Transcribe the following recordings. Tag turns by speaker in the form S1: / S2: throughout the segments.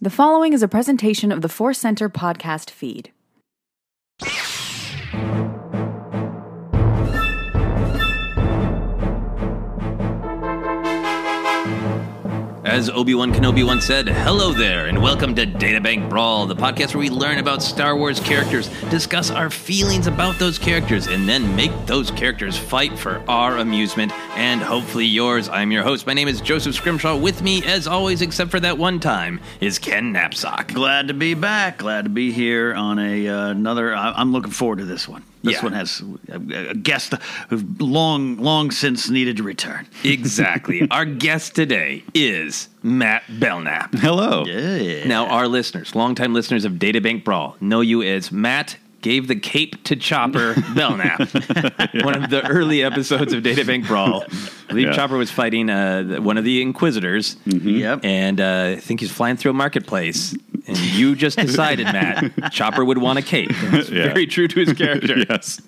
S1: The following is a presentation of the Force Center podcast feed.
S2: As Obi Wan Kenobi once said, hello there, and welcome to Databank Brawl, the podcast where we learn about Star Wars characters, discuss our feelings about those characters, and then make those characters fight for our amusement and hopefully yours. I'm your host. My name is Joseph Scrimshaw. With me, as always, except for that one time, is Ken Knapsack.
S3: Glad to be back. Glad to be here on a uh, another. I, I'm looking forward to this one. This
S2: Yeah.
S3: one has uh, a, a guest who long, long since needed to return.
S2: Exactly. our guest today is Matt Belknap. Hello. Now, our listeners, longtime listeners of Databank Brawl, know you as Matt gave the cape to Chopper Belknap. One of the early episodes of Databank Brawl. I believe
S4: Yeah.
S2: Chopper was fighting uh, the- one of the Inquisitors.
S4: Mm-hmm.
S3: Yep.
S2: And uh, I think he's flying through a marketplace. And you just decided, Matt, Chopper would want a cape. It's
S4: Yeah.
S2: Very true to his character.
S4: yes.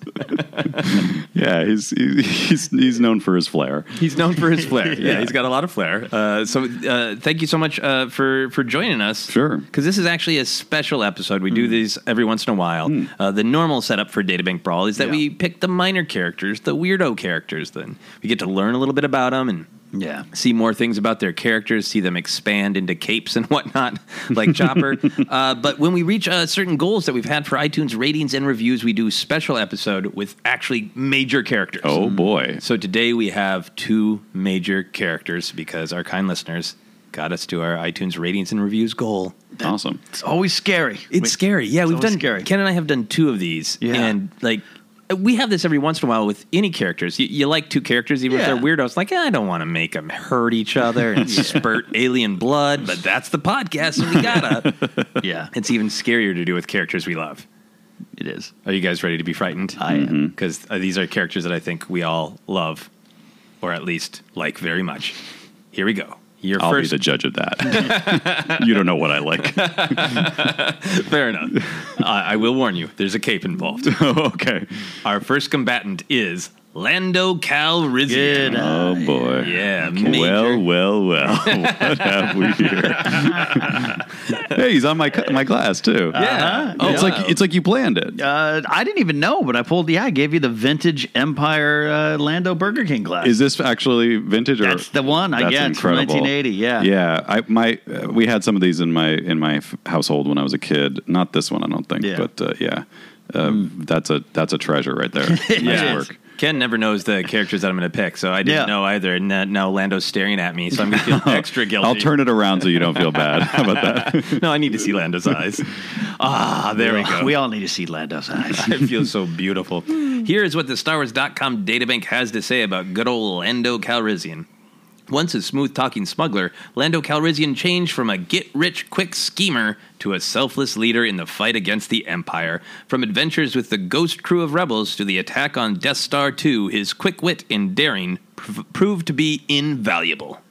S4: yeah, he's he's he's known for his flair.
S2: He's known for his flair. Yeah, he's got a lot of flair. Uh, so uh, thank you so much uh, for for joining us.
S4: Sure.
S2: Because this is actually a special episode. We do these every once in a while. Uh, the normal setup for Databank Brawl is that
S3: Yeah.
S2: we pick the minor characters, the weirdo characters. Then we get to learn a little bit about them and
S3: Yeah.
S2: see more things about their characters, see them expand into capes and whatnot, like Chopper. uh, but when we reach uh, certain goals that we've had for iTunes ratings and reviews, we do a special episode with actually major characters.
S4: Oh boy.
S2: So today we have two major characters because our kind listeners got us to our iTunes ratings and reviews goal.
S4: Awesome.
S3: It's always scary.
S2: It's scary. Yeah, we've
S3: always
S2: done
S3: scary.
S2: Ken and I have done two of these.
S3: Yeah.
S2: And like we have this every once in a while with any characters. You, you like two characters, even
S3: Yeah.
S2: if they're weirdos. Like, "Eh, I don't want to make them hurt each other and spurt alien blood, but that's the podcast, so we gotta.
S3: Yeah,
S2: it's even scarier to do with characters we love.
S3: it is.
S2: Are you guys ready to be frightened?
S3: I
S4: Mm-hmm.
S3: am.
S2: Because uh, these are characters that I think we all love, or at least like very much. Here we go. Your
S4: I'll
S2: first.
S4: be the judge of that. you don't know what I like.
S2: Fair enough. I, I will warn you. There's a cape involved.
S4: okay.
S2: Our first combatant is Lando Calrissian.
S3: Good.
S4: Oh boy.
S2: Yeah,
S4: Well,
S2: major.
S4: well, well. what have we here? hey, he's on my cu- my glass too.
S2: Yeah.
S4: Oh, it's
S2: Yeah.
S4: like it's like you planned it.
S3: Uh, I didn't even know, but I pulled. Yeah, I gave you the vintage Empire uh, Lando Burger King glass.
S4: Is this actually vintage? Or
S3: That's the one, I
S4: That's
S3: guess, from 1980, yeah.
S4: yeah. I my uh, we had some of these in my in my f- household when I was a kid. Not this one, I don't think.
S3: Yeah. Hmm.
S4: But uh, yeah, uh, that's a that's a treasure right there. nice
S2: Yeah.
S4: work.
S2: Ken never knows the characters that I'm going to pick, so I didn't
S3: Yeah.
S2: know either. And now- now Lando's staring at me, so I'm going to feel extra guilty.
S4: I'll turn it around so you don't feel bad. How about that?
S2: No, I need to see Lando's eyes. Ah, there we go.
S3: We all need to see Lando's eyes.
S2: It feels so beautiful. Here is what the Star Wars.com databank has to say about good old Lando Calrissian. Once a smooth talking smuggler, Lando Calrissian changed from a get rich quick schemer to a selfless leader in the fight against the Empire. From adventures with the ghost crew of rebels to the attack on Death Star 2, his quick wit and daring prov- proved to be invaluable.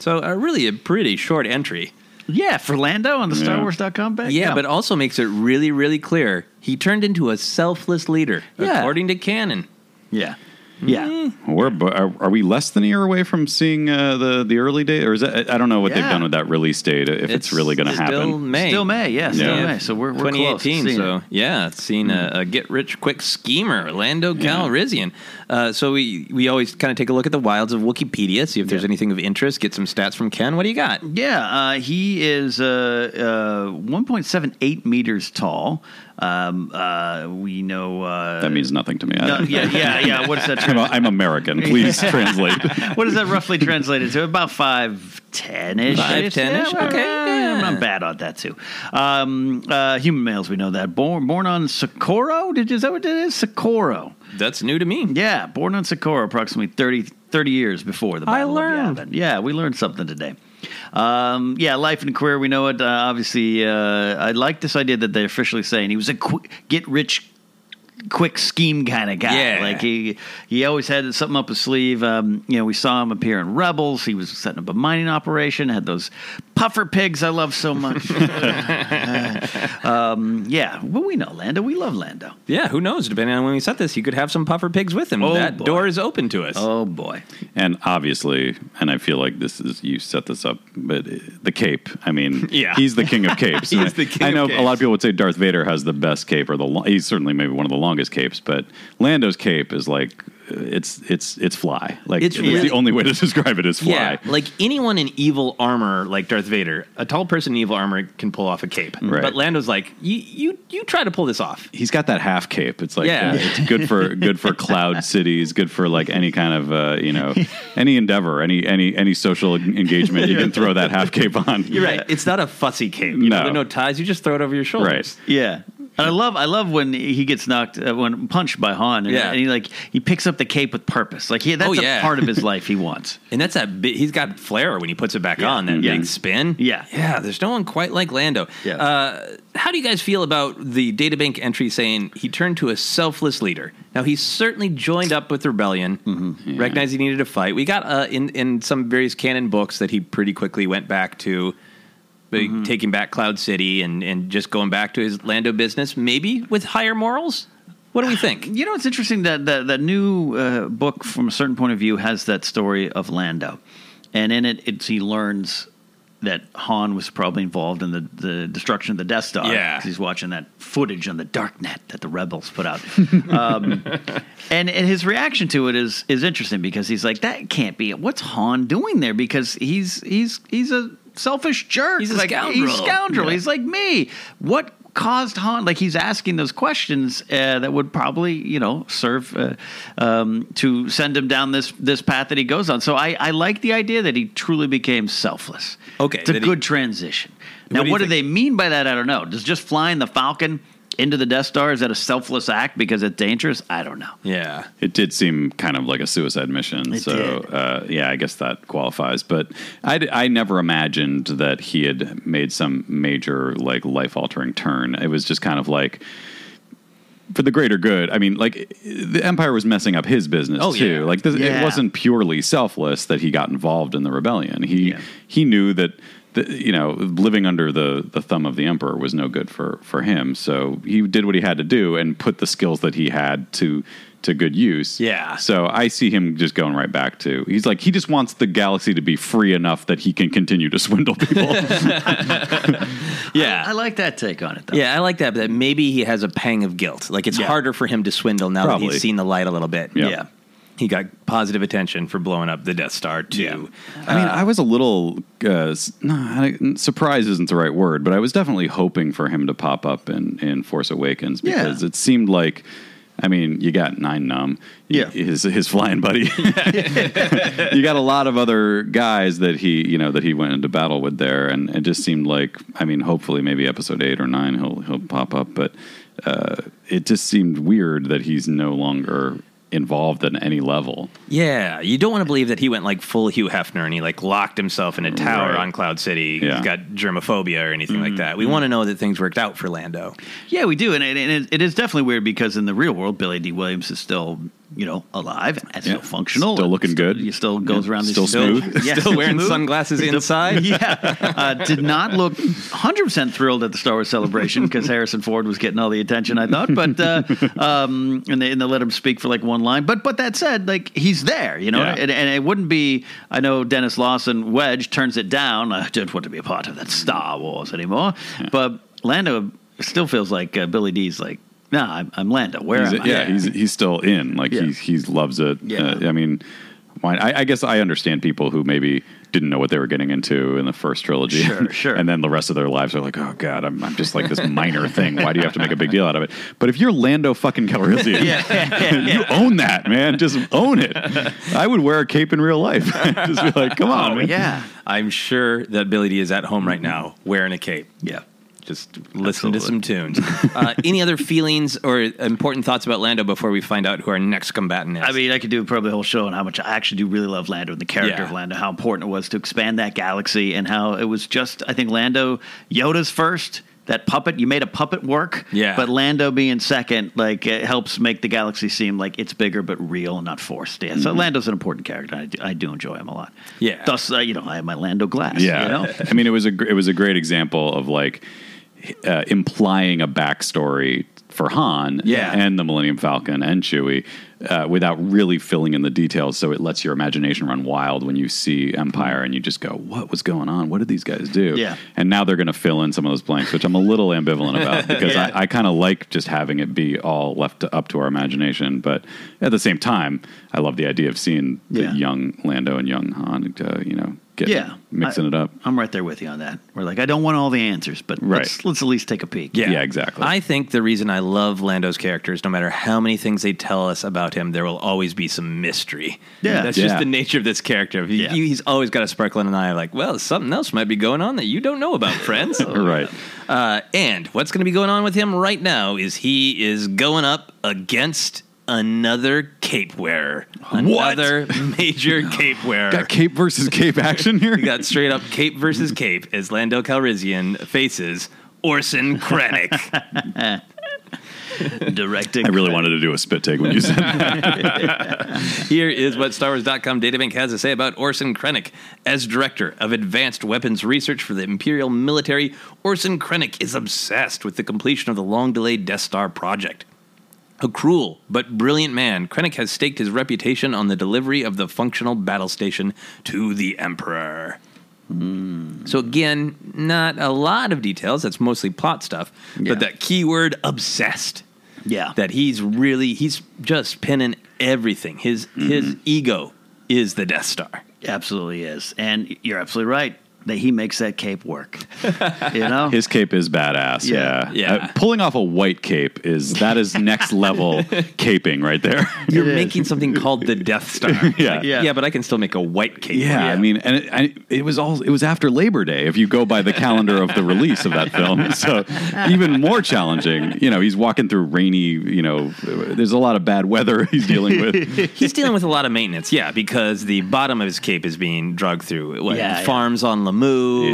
S2: So, uh, really, a pretty short entry.
S3: yeah, for Lando on the
S4: Yeah.
S3: StarWars.com back.
S2: Yeah, but also makes it really, really clear he turned into a selfless leader,
S3: Yeah.
S2: according to canon.
S3: yeah. Yeah.
S2: Mm-hmm.
S4: We're bu- are, are we less than a year away from seeing uh, the the early date, or is that I don't know what they've
S3: Yeah.
S4: done with that release date. If it's, really going to
S2: Still
S4: happen,
S2: May.
S3: Still May, yeah, still
S4: Yeah.
S3: May. So we're, we're
S2: 2018.
S3: Close to seeing
S2: so
S3: it. Hmm.
S2: yeah, it's seen a, a get rich quick schemer, Lando Calrissian. Uh, so we we always kind of take a look at the wilds of Wikipedia, see if there's anything of interest, get some stats from Ken. What do you got?
S3: Yeah, uh, he is uh, uh, 1.78 meters tall. Um, uh, we know. Uh,
S4: that means nothing to me. I
S3: no,
S4: don't-
S3: yeah, yeah, yeah. What does that?
S4: I'm, a,
S3: Trans-
S4: I'm American. Please translate.
S3: what does that roughly translate into? About five ten ish.
S2: 5'10"-ish? Okay,
S3: I'm
S2: yeah.
S3: not bad on that too. Um, uh, human males, we know that. Born born on Socorro. Did you, is that what it is? Socorro.
S2: That's new to me.
S3: Yeah, born on Socorro approximately 30, 30 years before the
S2: I
S3: Battle
S2: learned.
S3: of Yavin. Yeah, we learned something today. Um, yeah, life and career, we know it. Uh, obviously, uh, I like this idea that they're officially saying he was a quick, get rich quick scheme kind of guy.
S2: Yeah.
S3: Like he he always had something up his sleeve. Um, you know, we saw him appear in Rebels. He was setting up a mining operation. Had those puffer pigs I love so much. um, yeah, well, we know Lando. We love Lando.
S2: Yeah, who knows? Depending on when we set this, he could have some puffer pigs with him.
S3: Oh,
S2: that
S3: boy.
S2: door is open to us.
S3: Oh boy.
S4: And obviously, and I feel like this is you set this up, but uh, the cape. I mean,
S2: Yeah.
S4: he's the king of capes.
S2: He's
S4: And I-
S2: the king
S4: I
S2: of
S4: know a lot
S2: capes.
S4: of people would say Darth Vader has the best cape, or the lo- he's certainly maybe one of the longest capes. But Lando's cape is like uh, it's it's it's fly. Like
S2: It's
S4: it's,
S2: really-
S4: the only way to describe it is fly.
S2: Yeah, like anyone in evil armor, like Darth Vader, a tall person in evil armor can pull off a cape.
S4: Right.
S2: But Lando's like, you, you, you try to pull this off.
S4: he's got that half cape. It's like
S2: Yeah.
S4: uh, it's good for good for cloud cities, good for like any kind of uh, you know any endeavor, any any any social en- engagement. You can throw that half cape on.
S2: You're right. It's not a fussy cape. You know,
S4: No.
S2: there are no ties. You just throw it over your shoulders.
S4: Right.
S3: Yeah. And I love I love when he gets knocked uh, when punched by Han and,
S2: Yeah.
S3: and he like he picks up the cape with purpose like he that's
S2: Oh, yeah.
S3: a part of his life he wants.
S2: And that's that big, he's got flair when he puts it back
S3: Yeah.
S2: on, that
S3: Yeah.
S2: big spin.
S3: Yeah.
S2: Yeah, there's no one quite like Lando.
S3: Yeah.
S2: Uh, how do you guys feel about the databank entry saying he turned to a selfless leader? Now, he certainly joined up with rebellion,
S4: Mm-hmm.
S2: recognized he needed a fight. We got uh, in, in some various canon books that he pretty quickly went back to. uh,
S4: Mm-hmm.
S2: Taking back Cloud City and, and just going back to his Lando business, maybe with higher morals. What do we think?
S3: You know, it's interesting that that, that new uh, book, from a certain point of view, has that story of Lando, and in it, it's, he learns that Han was probably involved in the, the destruction of the Death Star.
S2: Yeah.
S3: 'cause he's watching that footage on the darknet that the rebels put out. um, and and his reaction to it is is interesting because he's like, that can't be. it. What's Han doing there? Because he's he's he's a selfish jerk.
S2: He's a
S3: like,
S2: scoundrel.
S3: He's scoundrel.
S2: Yeah.
S3: He's like me. What caused Han? Like he's asking those questions uh, that would probably you know serve uh, um, to send him down this this path that he goes on. So I, I like the idea that he truly became selfless.
S2: Okay,
S3: it's a
S2: that he-
S3: good transition. Now,
S2: What
S3: what
S2: do
S3: do,
S2: you think?
S3: they mean by that? I don't know. Does just flying the Falcon into the Death Star is that a selfless act because it's dangerous? I don't know.
S2: Yeah.
S4: It did seem kind of like a suicide mission.
S3: It
S4: so,
S3: did.
S4: Uh, yeah, I guess that qualifies. But I, d- I never imagined that he had made some major, like, life altering turn. It was just kind of like, for the greater good. I mean, like, the Empire was messing up his business,
S2: Oh, yeah.
S4: too. Like, this,
S3: Yeah.
S4: it wasn't purely selfless that he got involved in the rebellion. He,
S3: Yeah.
S4: he knew that. The, you know, living under the, the thumb of the emperor was no good for, for him. So he did what he had to do and put the skills that he had to to good use.
S2: Yeah.
S4: So I see him just going right back to he's like he just wants the galaxy to be free enough that he can continue to swindle people.
S2: Yeah.
S3: I like that take on it. though.
S2: Yeah, I like that. But maybe he has a pang of guilt. Like it's
S3: Yeah.
S2: harder for him to swindle now that
S4: Probably.
S2: he's seen the light a little bit.
S4: Yeah.
S2: He got positive attention for blowing up the Death Star too.
S4: I mean, I was a little uh, s- no, I- surprise isn't the right word, but I was definitely hoping for him to pop up in, in Force Awakens
S3: Yeah.
S4: because it seemed like, I mean, you got Nine Numb, y-
S3: Yeah.
S4: his his flying buddy. you got a lot of other guys that he you know that he went into battle with there, and it just seemed like, I mean, hopefully maybe Episode eight or nine he'll he'll pop up, but uh, it just seemed weird that he's no longer involved at any level.
S2: Yeah, you don't want to believe that he went like full Hugh Hefner and he like locked himself in a tower
S4: Right.
S2: on Cloud City.
S4: Yeah.
S2: He's got germophobia or anything like that. We want to know that things worked out for Lando.
S3: Yeah, we do, and, it, and it, it is definitely weird because in the real world, Billy D. Williams is still you know, alive and
S4: Yeah.
S3: still functional.
S4: Still
S3: and
S4: looking good.
S3: He still goes
S4: Yeah.
S3: around. these-
S4: Still smooth.
S3: Yeah,
S2: Still wearing
S3: smooth.
S2: sunglasses
S3: The-
S2: inside?
S3: yeah, uh, did not look 100 percent thrilled at the Star Wars celebration because Harrison Ford was getting all the attention. I thought, but uh, um, and they, and they let him speak for like one line. But but that said, like he's there, you know,
S4: Yeah.
S3: and, and it wouldn't be. I know Dennis Lawson Wedge turns it down. I don't want to be a part of that Star Wars anymore. But Lando still feels like uh, Billy D's like. Nah, I'm, I'm Lando. Where
S4: He's-
S3: am I?
S4: yeah, he's he's still in. Like
S3: Yeah.
S4: he he loves it.
S3: Yeah.
S4: Uh, I mean, why? I, I guess I understand people who maybe didn't know what they were getting into in the first trilogy.
S3: Sure, sure.
S4: and then the rest of their lives are like, oh god, I'm I'm just like this minor thing. Why do you have to make a big deal out of it? But if you're Lando fucking Calrissian, you own that man. Just own it. I would wear a cape in real life. just be like, come on,
S2: Oh,
S4: man.
S3: Yeah.
S2: I'm sure that Billy D is at home right now wearing a cape.
S3: Yeah.
S2: Just listen to some tunes. uh, any other feelings or important thoughts about Lando before we find out who our next combatant is?
S3: I mean, I could do probably a whole show on how much I actually do really love Lando and the character
S2: Yeah.
S3: of Lando, how important it was to expand that galaxy, and how it was just, I think, Lando, Yoda's first. That puppet, you made a puppet work,
S2: Yeah.
S3: But Lando being second, like it helps make the galaxy seem like it's bigger but real and not forced. Yeah,
S4: Mm-hmm.
S3: so Lando's an important character. I do, I do enjoy him a lot.
S2: Yeah.
S3: thus uh, you know I have my Lando glass.
S4: Yeah,
S3: you know?
S4: I mean, it was a gr- it was a great example of like uh, implying a backstory for Han,
S2: Yeah.
S4: and the Millennium Falcon and Chewie, uh, without really filling in the details. So it lets your imagination run wild when you see Empire and you just go, "What was going on? What did these guys do?"
S3: Yeah.
S4: And now they're going to fill in some of those blanks, which I'm a little ambivalent about because
S3: Yeah.
S4: I, I kind of like just having it be all left to, up to our imagination, but at the same time, I love the idea of seeing the
S3: Yeah.
S4: young Lando and young Han, uh, you know, get
S3: Yeah.
S4: mixing
S3: I-
S4: it up.
S3: I'm right there with you on that. We're like, I don't want all the answers, but
S4: Right.
S3: let's, let's at least take a peek.
S4: Yeah, exactly.
S2: I think the reason I love Lando's characters, no matter how many things they tell us about him, there will always be some mystery.
S3: Yeah.
S2: that's
S4: Yeah.
S2: just the nature of this character. He-
S3: Yeah.
S2: he's always got a sparkle in an eye. Like, well, something else might be going on that you don't know about, friends.
S4: Right.
S2: Uh, and what's going to be going on with him right now is he is going up against another cape wearer, another major cape wearer.
S4: Got cape versus cape action here.
S2: We got straight up cape versus cape as Lando Calrissian faces Orson Krennic.
S3: directing.
S4: I really wanted to do a spit take when you said that.
S2: Here is what StarWars.com databank has to say about Orson Krennic. As director of advanced weapons research for the Imperial military, Orson Krennic is obsessed with the completion of the long delayed Death Star project. A cruel but brilliant man, Krennic has staked his reputation on the delivery of the functional battle station to the Emperor. Hmm. So again, not a lot of details. That's mostly plot stuff.
S3: Yeah.
S2: But that keyword obsessed
S3: Yeah.
S2: that he's really he's just pinning everything. His his ego is the Death Star.
S3: Absolutely is, and you're absolutely right that he makes that cape work. You know,
S4: His cape is badass.
S3: Yeah.
S4: Yeah.
S2: Yeah.
S4: Uh, pulling off a white cape is that is next level caping right there.
S2: You're
S3: is.
S2: making something called the Death Star.
S4: Yeah.
S2: yeah.
S3: Yeah.
S2: but I can still make a white cape.
S4: Yeah, I mean, and it, I, it was all it was after Labor Day, if you go by the calendar of the release of that film. So even more challenging. You know, he's walking through rainy. You know, there's a lot of bad weather he's dealing with.
S2: He's dealing with a lot of maintenance, yeah, because the bottom of his cape is being drugged through what,
S3: Yeah, yeah.
S2: farms on Lamu,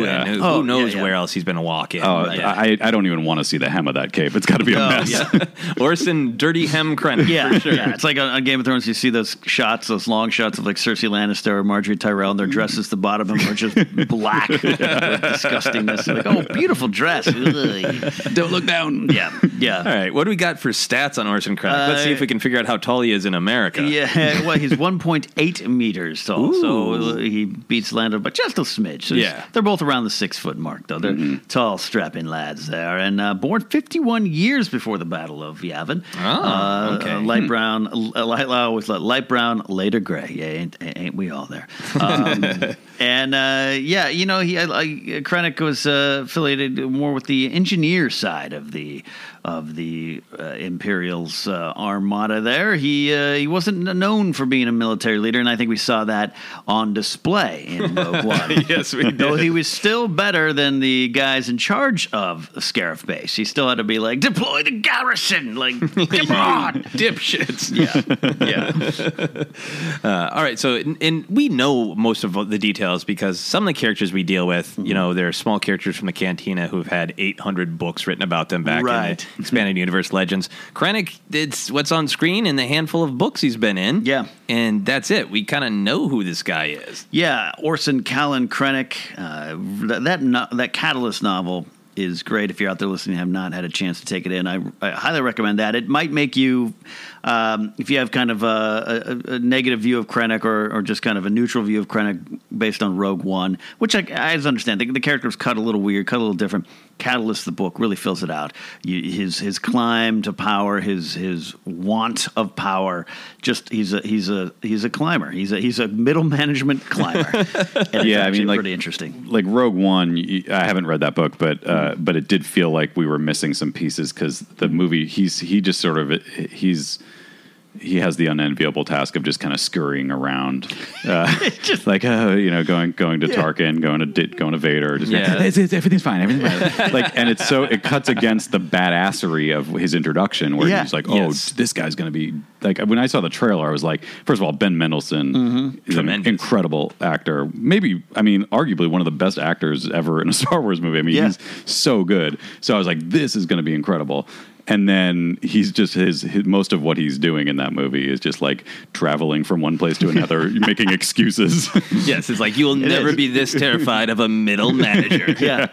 S4: Yeah.
S2: and who, who
S3: Oh, yeah,
S2: knows
S3: yeah.
S2: where else he's been walking.
S4: Oh,
S2: But, yeah.
S4: I, I don't even want to see the hem of that cape. It's got to be a mess.
S2: Orson Dirty Hem Krennic.
S3: yeah, yeah. It's like on, on Game of Thrones, you see those shots, those long shots of like Cersei Lannister or Marjorie Tyrell, and their dresses, the bottom of them are just black, with disgustingness. Like, oh, beautiful dress. Ugh.
S4: Don't look down.
S3: yeah, yeah.
S2: All right, what do we got for stats on Orson Krennic? Let's see if we can figure out how tall he is in America.
S3: Uh, Yeah, well, he's 1.8 meters tall, so he beats Lando by just a smidge. So he's-
S2: Yeah.
S3: they're both around the six foot mark, though. They're tall, strapping lads there, and uh, born 51 years before the Battle of Yavin. Oh, uh,
S2: okay.
S3: uh, light brown, uh, light, I always let light brown, later gray. Yeah, ain't, ain't we all there? Um, and uh, yeah, you know, he I, I, Krennic was uh, affiliated more with the engineer side of the of the uh, Imperials uh, armada. There, he uh, he wasn't known for being a military leader, and I think we saw that on display in Rogue One.
S2: yes, we
S3: Though he was still better than the guys in charge of the Scarif base. He still had to be like, deploy the garrison, like, come on.
S2: Dipshits.
S3: Yeah, yeah.
S2: Uh, all right, so and, and we know most of the details because some of the characters we deal with,
S3: Mm-hmm.
S2: you know, they're small characters from the Cantina who've had 800 books written about them back
S3: Right.
S2: in the Expanded Universe Legends. Krennic, it's what's on screen and the handful of books he's been in.
S3: Yeah.
S2: and that's it. We kind of know who this guy is.
S3: Yeah, Orson Callan Krennic. Uh, that that, no, that Catalyst novel is great. If you're out there listening, and have not had a chance to take it in, I, I highly recommend that. It might make you, um, if you have kind of a, a, a negative view of Krennic or, or just kind of a neutral view of Krennic based on Rogue One, which I, I understand. The, the character's cut a little weird, cut a little different. Catalyst, the book, really fills it out. You, his his climb to power, his his want of power. Just he's a he's a he's a climber. He's a he's a middle management climber. And it's
S4: Yeah, I
S3: actually
S4: mean, like-
S3: pretty interesting.
S4: like Rogue One, y- I haven't read that book, but uh,
S2: Mm-hmm.
S4: but it did feel like we were missing some pieces because the movie he's he just sort of he's he has the unenviable task of just kind of scurrying around, uh, like uh, you know, going going to Tarkin, going to Dit, going to Vader, just going,
S2: Yeah.
S4: "It's- it's- everything's fine, everything's fine. like, and it's so it cuts against the badassery of his introduction, where
S3: Yeah.
S4: he's like, oh,
S2: Yes.
S4: this guy's going to be like. When I saw the trailer, I was like, first of all, Ben Mendelsohn is an
S2: Mm-hmm. Tremendous.
S4: incredible actor. Maybe, I mean, arguably one of the best actors ever in a Star Wars movie. I mean,
S3: Yeah.
S4: he's so good. So I was like, this is going to be incredible. And then he's just his, his most of what he's doing in that movie is just like traveling from one place to another, making excuses.
S2: Yes, it's like you will never
S3: is.
S2: be this terrified of a middle manager.
S3: Yeah.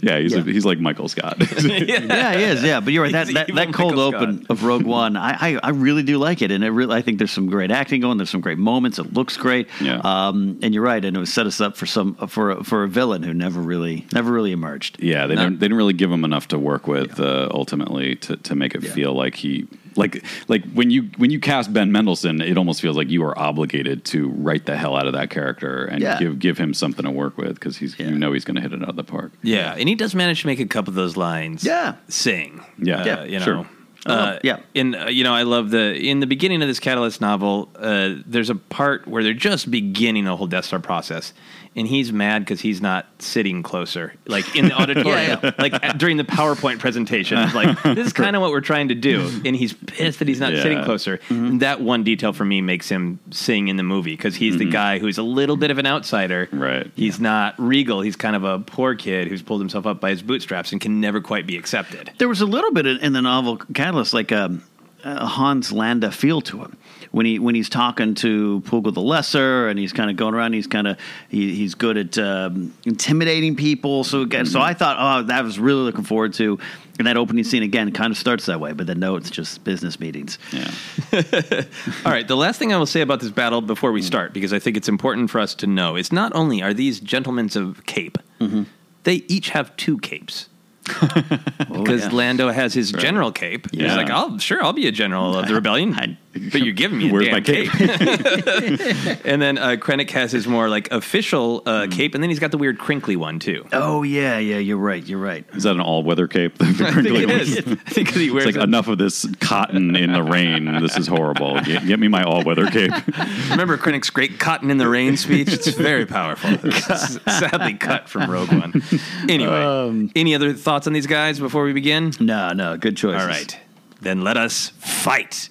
S4: yeah, he's
S3: Yeah.
S4: he's like Michael Scott.
S3: yeah, he is. Yeah, but you're right. That
S2: He's
S3: that,
S2: evil
S3: that cold
S2: Michael
S3: open of Rogue One, I, I I really do like it, and it really I think there's some great acting going. There's some great moments. It looks great.
S4: Yeah.
S3: Um, and you're right, and it was set us up for some for a- for a villain who never really never really emerged.
S4: Yeah, they didn't, they didn't really give him enough to work with uh, ultimately to, to make it feel like he like like when you when you cast Ben Mendelsohn, it almost feels like you are obligated to write the hell out of that character and
S3: Yeah.
S4: give give him something to work with because he's you know he's going to hit it out of the park.
S2: Yeah, and he does manage to make a couple of those lines.
S3: Yeah.
S2: sing.
S4: Yeah.
S2: uh,
S4: Yeah,
S2: you know.
S4: sure.
S2: Uh,
S3: yeah.
S2: and uh, you know, I love the in the beginning of this Catalyst novel. Uh, there's a part where they're just beginning the whole Death Star process, and he's mad because he's not sitting closer, like in the auditorium,
S3: yeah.
S2: like at- during the PowerPoint presentation. It's like this is kind of what we're trying to do, and he's pissed that he's not
S4: Yeah.
S2: sitting closer.
S3: Mm-hmm.
S2: And that one detail for me makes him sing in the movie because he's the guy who's a little bit of an outsider,
S4: Mm-hmm. Right.
S2: He's not regal. He's kind of a poor kid who's pulled himself up by his bootstraps and can never quite be accepted.
S3: There was a little bit in, in the novel Catalyst, like um, a Hans Landa feel to him when he when he's talking to Pugel the Lesser, and he's kind of going around. He's kind of he, he's good at um, intimidating people. So again, so I thought, oh, that was really looking forward to. And that opening scene again kind of starts that way, but then no, it's just business meetings.
S4: Yeah,
S2: All right, the last thing I will say about this battle before
S4: Mm.
S2: we start, because I think it's important for us to know, is not only are these gentlemen's of cape,
S4: Mm-hmm.
S2: they each have two capes. because
S3: Oh, yeah.
S2: Lando has his general cape. He's
S4: Yeah.
S2: like, I'll sure I'll be a general of the rebellion, but you're giving me a
S4: Where's
S2: damn
S4: my cape?
S2: and then uh, Krennic has his more like official uh,
S4: Mm.
S2: cape, and then he's got the weird crinkly one too.
S3: Oh yeah, yeah, you're right, you're right.
S4: is that an all weather cape? The
S2: I think
S4: crinkly
S2: it
S4: one?
S2: is. I think he
S4: It's
S2: wears
S4: like
S2: it.
S4: enough of this cotton in the rain. This is horrible. Get, get me my all weather cape.
S2: Remember Krennic's great "Cotton in the Rain" speech? It's very powerful. It's sadly cut from Rogue One. Anyway, any other thoughts on these guys before we begin?
S3: No, no, good choice.
S2: All right, then let us fight.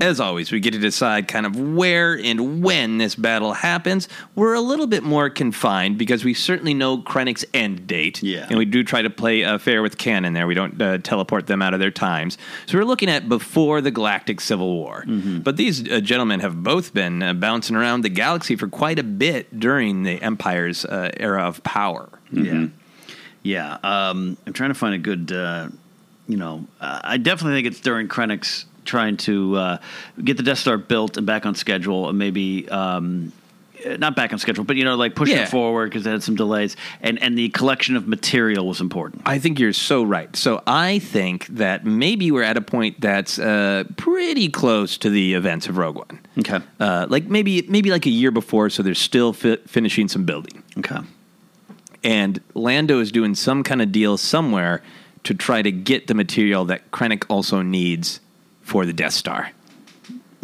S2: As always, we get to decide kind of where and when this battle happens. We're a little bit more confined because we certainly know Krennic's end date.
S3: Yeah.
S2: And we do try to play uh, fair with canon there. We don't uh, teleport them out of their times. So we're looking at before the Galactic Civil War. But these uh, gentlemen have both been uh, bouncing around the galaxy for quite a bit during the Empire's uh, era of power.
S3: Mm-hmm. Yeah, um, I'm trying to find a good. Uh, you know, uh, I definitely think it's during Krennic's trying to uh, get the Death Star built and back on schedule, and maybe. Um, eh, not back on schedule, but you know, like pushing
S2: Yeah.
S3: it forward because they had some delays, and and the collection of material was important.
S2: I think you're so right. So I think that maybe we're at a point that's uh, pretty close to the events of Rogue One.
S3: Okay.
S2: Uh, like maybe maybe like a year before, so they're still fi- finishing some building,
S3: Okay,
S2: and Lando is doing some kind of deal somewhere to try to get the material that Krennic also needs for the Death Star.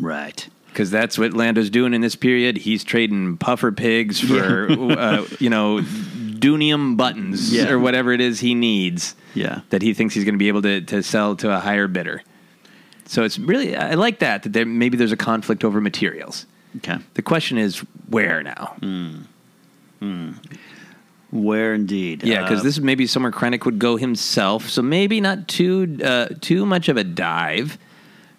S3: right.
S2: Because that's what Lando's doing in this period. He's trading puffer pigs for, uh, you know, dunium buttons
S3: Yeah.
S2: or whatever it is he needs.
S3: Yeah.
S2: That he thinks he's going to be able to, to sell to a higher bidder. So it's really, I like that, that there, maybe there's a conflict over materials.
S3: Okay,
S2: The question is, where now?
S3: where indeed?
S2: Yeah, because
S3: Uh,
S2: this is maybe somewhere Krennic would go himself. So maybe not too uh, too much of a dive.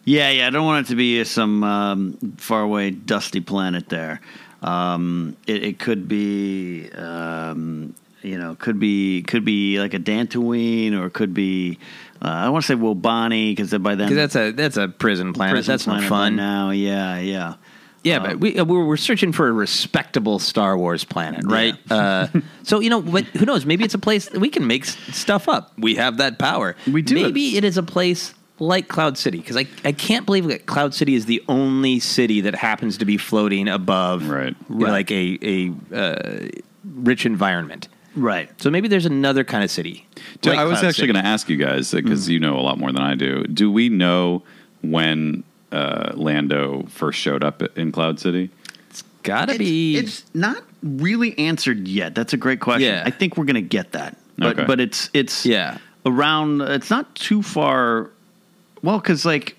S3: Yeah, yeah. I don't want it to be some um, faraway dusty planet there. Um, it, it could be, um, you know, could be could be like a Dantooine, or it could be. Uh, I don't want to say Wobani because by then
S2: Because that's a that's a prison planet.
S3: prison
S2: that's
S3: planet
S2: not
S3: by
S2: fun.
S3: now. Yeah, yeah.
S2: Yeah,
S3: Um,
S2: but we uh, we're, we're searching for a respectable Star Wars planet, right?
S3: Yeah.
S2: Uh, so you know, but who knows? Maybe it's a place that we can make s- stuff up. We have that power.
S3: We do.
S2: Maybe it is a place like Cloud City because I I can't believe that Cloud City is the only city that happens to be floating above
S4: Right.
S2: you know, like a a uh, rich environment.
S3: Right.
S2: So maybe there's another kind of city.
S4: Do-
S2: like
S4: I was
S2: Cloud
S4: actually
S2: City.
S4: going to ask you guys because you know a lot more than I do. Do we know when uh, Lando first showed up in Cloud City?
S2: Gotta
S3: It's,
S2: be.
S3: it's not really answered yet. That's a great question.
S2: Yeah.
S3: I think we're gonna get that, but
S4: Okay.
S3: but it's it's
S2: Yeah.
S3: around. It's not too far. Well, because like.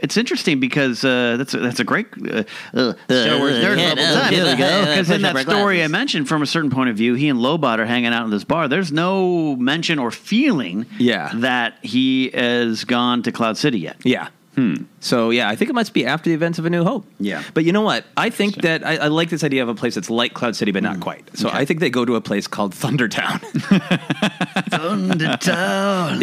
S3: It's interesting because uh, that's a, that's a great uh, uh, Star Wars nerd
S2: yeah,
S3: bubble
S2: no,
S3: time.
S2: here we go.
S3: Because in
S2: Push up
S3: that
S2: our
S3: story I
S2: glasses.
S3: mentioned, from a certain point of view, he and Lobot are hanging out in this bar. There's no mention or feeling
S2: Yeah.
S3: that he has gone to Cloud City yet.
S2: Yeah.
S4: Hmm.
S2: So yeah, I think it must be after the events of A New Hope.
S3: Yeah.
S2: But you know what? I think that I, I like this idea of a place that's like Cloud City, but
S4: Hmm.
S2: not quite. So I think they go to a place called Thundertown.
S3: Thundertown.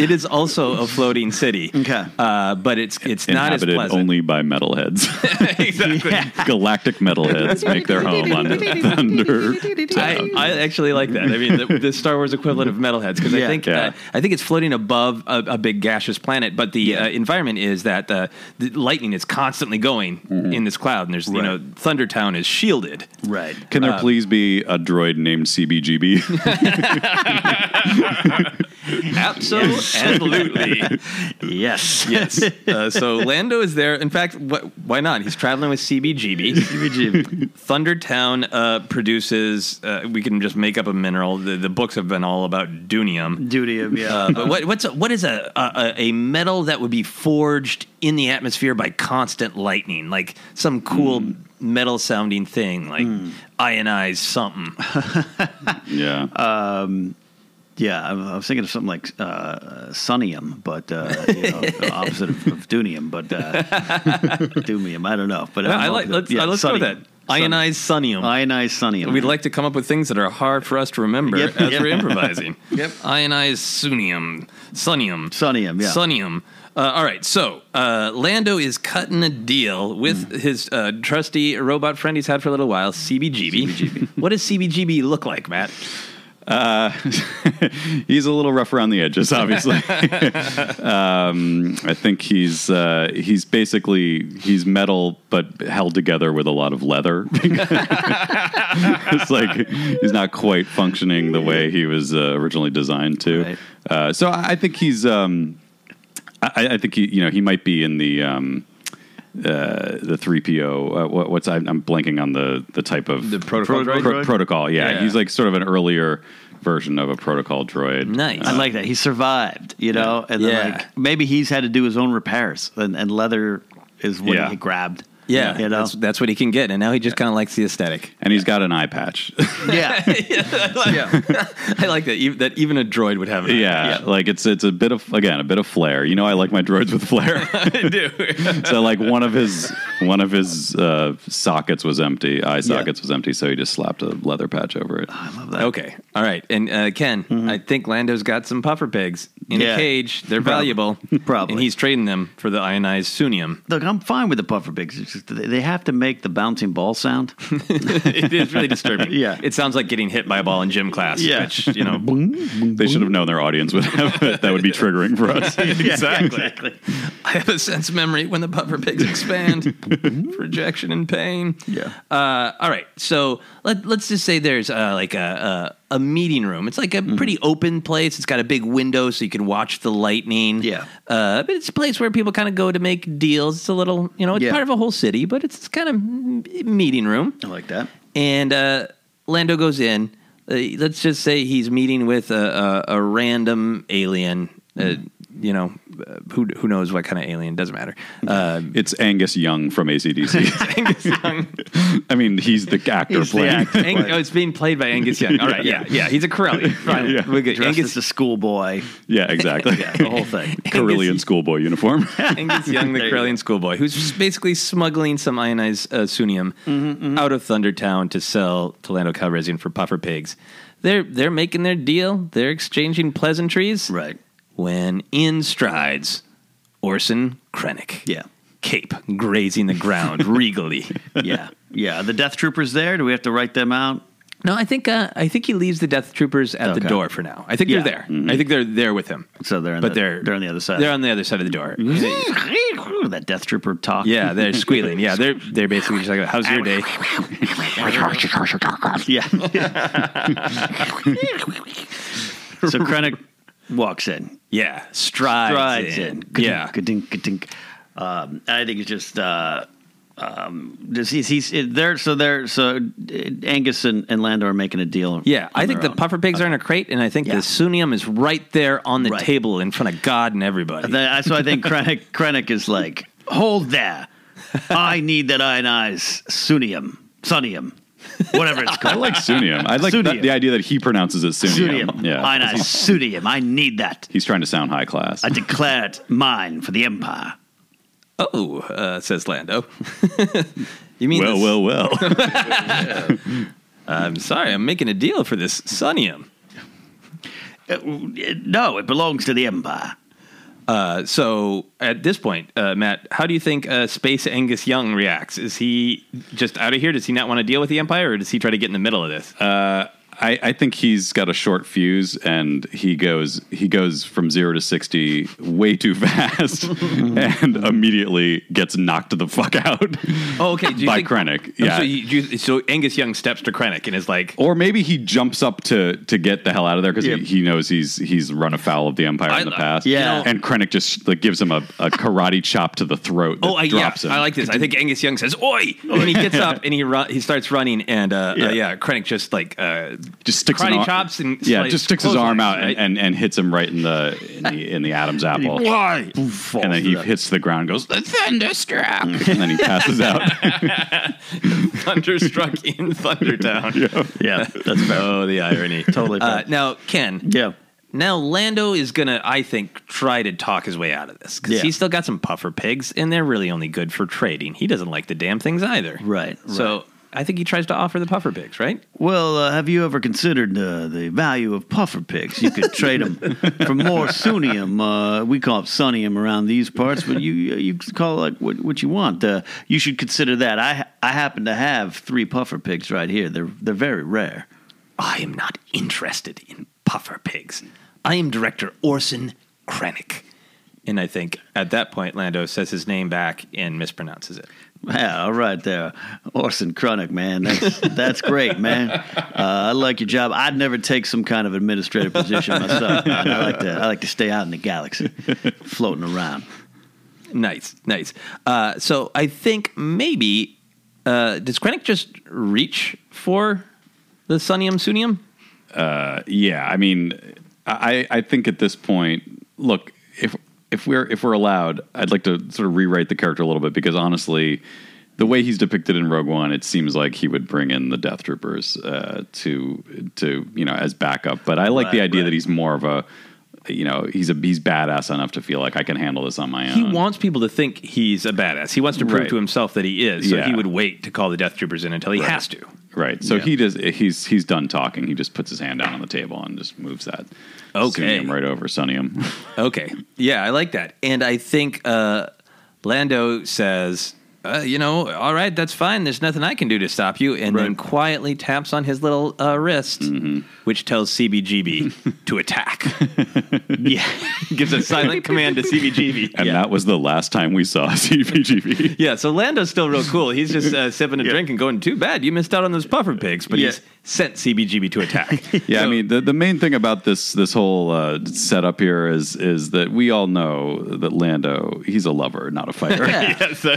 S2: it is also a floating city.
S3: Okay.
S2: Uh, but it's it's not as
S4: Inhabited
S2: pleasant.
S4: only by metalheads.
S2: exactly.
S4: Galactic metalheads make their
S3: Oh,
S4: home on Thunder.
S2: I, I actually like that. I mean, the, the Star Wars equivalent of metalheads because I
S3: Yeah.
S2: think
S4: Yeah.
S2: Uh, I think it's floating above a, a big gaseous planet, but the uh, environment is that uh, the lightning is constantly going in this cloud, and there's you know Thundertown is shielded.
S3: Right.
S4: Can there please be a droid named CBGB?
S2: Absolutely.
S3: Yes. Yes.
S2: uh, so Lando is there. In fact, wh- why not? He's traveling with CBGB. Thundertown uh, produces. Uh, we can just make up a mineral. The, the books have been all about dunium.
S3: Duty of yeah.
S2: Uh, but what, what's a, what is a, a a metal that would be forged in the atmosphere by constant lightning, like some cool metal sounding thing, like ionized something?
S4: yeah.
S3: Yeah, I I was thinking of something like uh, sunium, but uh, you know, the opposite of, of dunium, but uh, dumium. I don't know, but
S2: I
S3: I'm
S2: like.
S3: open-
S2: Let's
S3: yeah,
S2: uh, let's go with that.
S3: sunium.
S2: Ionized sunium.
S3: ionized sunium.
S2: We'd like to come up with things that are hard for us to remember
S3: Yep.
S2: as
S3: Yep.
S2: we're improvising. Yep. Ionized sunium, sunium,
S3: Sunium, yeah.
S2: sunium. Uh, all right, so uh, Lando is cutting a deal with
S3: Mm.
S2: his uh, trusty robot friend he's had for a little while, CBGB. what does CBGB look like, Matt?
S4: he's a little rough around the edges, obviously. um, I think he's uh, he's basically he's metal, but held together with a lot of leather. it's like he's not quite functioning the way he was uh, originally designed to.
S3: Right.
S4: Uh, so I, I think he's. Um, I, I think he, you know, he might be in the um, uh, the three PO. Uh, what, what's I'm I'm blanking on the the type of
S2: The protocol droid?
S4: Pro- protocol. Yeah.
S2: Yeah.
S4: he's like sort of an earlier version of a protocol droid.
S2: Nice.
S3: I like that. He survived, you know, and then
S2: Yeah.
S3: like maybe he's had to do his own repairs, and, and leather is what
S4: Yeah.
S3: he grabbed.
S2: yeah,
S3: you know,
S2: that's, that's what he can get, and now he just kind of likes the aesthetic.
S4: and he's got an eye patch.
S3: yeah.
S2: I like that. ev- That even a droid would have. An
S4: yeah, like it's it's a bit of again a bit of flair. You know, I like my droids with flair.
S2: I do.
S4: so like one of his one of his uh, sockets was empty, eye sockets was empty, so he just slapped a leather patch over it.
S2: Okay. All right. And uh, Ken, I think Lando's got some puffer pigs. in
S3: Mm-hmm. Yeah.
S2: a cage. They're
S3: Probably.
S2: valuable.
S3: Probably.
S2: And he's trading them for the ionized sunium.
S3: Look, I'm fine with the puffer pigs. It's just they they have to make the bouncing ball sound.
S2: it is really disturbing.
S3: Yeah.
S2: It sounds like getting hit by a ball in gym class.
S3: Yeah.
S2: Which, you know,
S4: They should have known their audience would have that would be triggering for us.
S3: exactly.
S2: I have a sense memory when the puffer pigs expand, projection and pain.
S3: Yeah.
S2: Uh, all right. So let, let's just say there's uh, like a, a a meeting room. It's like a
S3: Mm-hmm.
S2: pretty open place. It's got a big window so you can watch the lightning.
S3: Yeah.
S2: Uh, but it's a place where people kind of go to make deals. It's a little, you know, it's
S3: Yeah.
S2: part of a whole city, but it's kind of meeting room.
S3: I like that.
S2: And uh, Lando goes in. Uh, let's just say he's meeting with a, a, a random alien. Uh,
S3: Mm-hmm.
S2: you know, uh, who who knows what kind of alien? Doesn't matter. Uh,
S3: Mm-hmm.
S4: It's Angus Young from ACDC. I mean, he's the actor
S3: He's the
S4: playing.
S3: actor.
S2: Ang- oh, it's being played by Angus Young. All right, yeah, yeah, he's a Corelli. Fine,
S4: Yeah.
S2: we're good.
S3: Dressed as
S2: Angus,
S3: a schoolboy.
S4: yeah, exactly.
S3: Yeah, the whole thing.
S4: Carillion schoolboy uniform.
S2: Angus Young, the
S3: There you
S2: Corellian schoolboy, who's just basically smuggling some ionized uh, sunium
S3: Mm-hmm,
S2: out of Thundertown to sell to Lando Calrissian for puffer pigs. They're they're making their deal. They're exchanging pleasantries.
S3: Right.
S2: when in strides Orson Krennic.
S3: Yeah.
S2: Cape grazing the ground regally.
S3: Yeah. Yeah. The death troopers there. Do we have to write them out?
S2: No, I think uh, I think he leaves the Death Troopers at the
S3: Okay.
S2: door for now. I think
S3: Yeah. Mm-hmm.
S2: they're there. I think they're there with him.
S3: So they're in
S2: but
S3: the-
S2: they're
S3: they're on the other side. Mm-hmm.
S2: They're on the other side of the door.
S3: that death trooper talk.
S2: yeah, they're squealing. Yeah, they're they're basically just like, "How's your day?"
S3: Yeah. so Krennic walks in.
S2: Yeah, strides,
S3: Strides
S2: in.
S3: in.
S2: Yeah,
S3: Ka-dink, ka-dink. Um, I think it's just. Uh, um, does he's, he's it- there, so there, so uh, Angus and, and Lando are making a deal.
S2: yeah.
S3: on
S2: I think
S3: their
S2: the
S3: own.
S2: puffer pigs are in a crate, and I think
S3: Yeah.
S2: the sunium is right there on the
S3: Right.
S2: table in front of God and everybody.
S3: That- so I think Krennic, Krennic is like, hold there. I need that ionized sunium, sunium, whatever it's
S4: I
S3: called.
S4: like Sunium. I like that-
S3: Sunium.
S4: the idea that he pronounces it Sunium.
S3: sunium,
S4: Yeah.
S3: ionized sunium. I need that.
S4: He's trying to sound high class.
S3: I declare it mine for the Empire.
S2: oh, uh, says Lando. you mean
S4: well,
S2: this-
S4: well, well.
S2: I'm sorry, I'm making a deal for this sunium.
S3: Uh, no, it belongs to the Empire.
S2: Uh, so at this point, uh, Matt, how do you think uh, Space Angus Young reacts? Is he just out of here? Does he not want to deal with the Empire, or does he try to get in the middle of this? Uh,
S4: I, I think he's got a short fuse and he goes he goes from zero to sixty way too fast and immediately gets knocked the fuck out.
S2: oh, okay. Do you
S4: by
S2: think-
S4: Krennic,
S2: Oh,
S4: yeah.
S2: So, you, you, so Angus Young steps to Krennic and is like,
S4: Or maybe he jumps up to to get the hell out of there because
S3: Yeah.
S4: he, he knows he's he's run afoul of the Empire
S2: I-
S4: in the past.
S3: yeah.
S4: and Krennic just like gives him a, a karate chop to the throat. That
S2: "Oh, I, yeah,
S4: drops him.
S2: I like this." I think Angus Young says, "Oi!" and he gets up and he run, he starts running, and uh, yeah. Uh, yeah, Krennic just like uh,
S4: just sticks an
S2: karate
S4: arm,
S2: chops and
S4: yeah,
S2: slice-
S4: just sticks his arm
S2: clotheslines,
S4: out
S2: right?
S4: and, and, and hits him right in the in the, in the Adam's apple.
S3: Why?
S4: and then he hits the ground, and goes the thunderstruck, Mm, and then he passes out.
S2: thunderstruck in Thundertown.
S3: Yeah, that's fair.
S2: Oh, the irony!
S3: Totally fair.
S2: Uh, now, Ken.
S3: yeah.
S2: Now Lando is gonna, I think, try to talk his way out of this because
S3: Yeah.
S2: he's still got some puffer pigs, and they're really only good for trading. He doesn't like the damn things either.
S3: Right,
S2: So I think he tries to offer the puffer pigs. Right.
S3: Well, uh, have you ever considered uh, the value of puffer pigs? You could trade them for more sunium. Uh, we call it sunium around these parts, but you uh, you can call it like what, what you want. Uh, you should consider that. I I happen to have three puffer pigs right here. They're they're very rare.
S2: I am not interested in puffer pigs. I am director Orson Krennic. And I think at that point, Lando says his name back and mispronounces it.
S3: Yeah, all right there, Orson Chronic, man. That's that's great, man. Uh, I like your job. I'd never take some kind of administrative position myself. man. I like to I like to stay out in the galaxy, floating around.
S2: Nice, nice. Uh, so I think maybe uh, does Krennic just reach for the sunium sunium?
S4: yeah, I mean, I I think at this point, look if if we're if we're allowed, I'd like to sort of rewrite the character a little bit because honestly. The way he's depicted in Rogue One, it seems like he would bring in the Death Troopers uh, to to you know as backup. But I like the
S3: Right,
S4: idea
S3: right.
S4: that he's more of a you know he's a he's badass enough to feel like I can handle this on my own.
S2: He wants people to think he's a badass. He wants to prove
S4: Right.
S2: to himself that he is. So
S4: Yeah.
S2: he would wait to call the Death Troopers in until he has to.
S4: Right. So
S2: Yeah.
S4: he does. He's he's done talking. He just puts his hand down on the table and just moves that.
S2: Okay.
S4: Sunium right over Sunium.
S2: Okay. Yeah, I like that. And I think uh, Lando says, uh, you know, all right, that's fine. There's nothing I can do to stop you. And then
S4: Right.
S2: quietly taps on his little uh, wrist, which tells CBGB to attack. yeah. Gives a silent command to CBGB.
S4: and
S2: yeah.
S4: that was the last time we saw CPGB.
S2: yeah, so Lando's still real cool. He's just uh, sipping a drink and going, too bad you missed out on those puffer pigs, but
S3: Yeah.
S2: he's sent CBGB to attack.
S4: Yeah, I
S2: So-
S4: mean the, the main thing about this this whole uh, setup here is is that we all know that Lando he's a lover, not a fighter.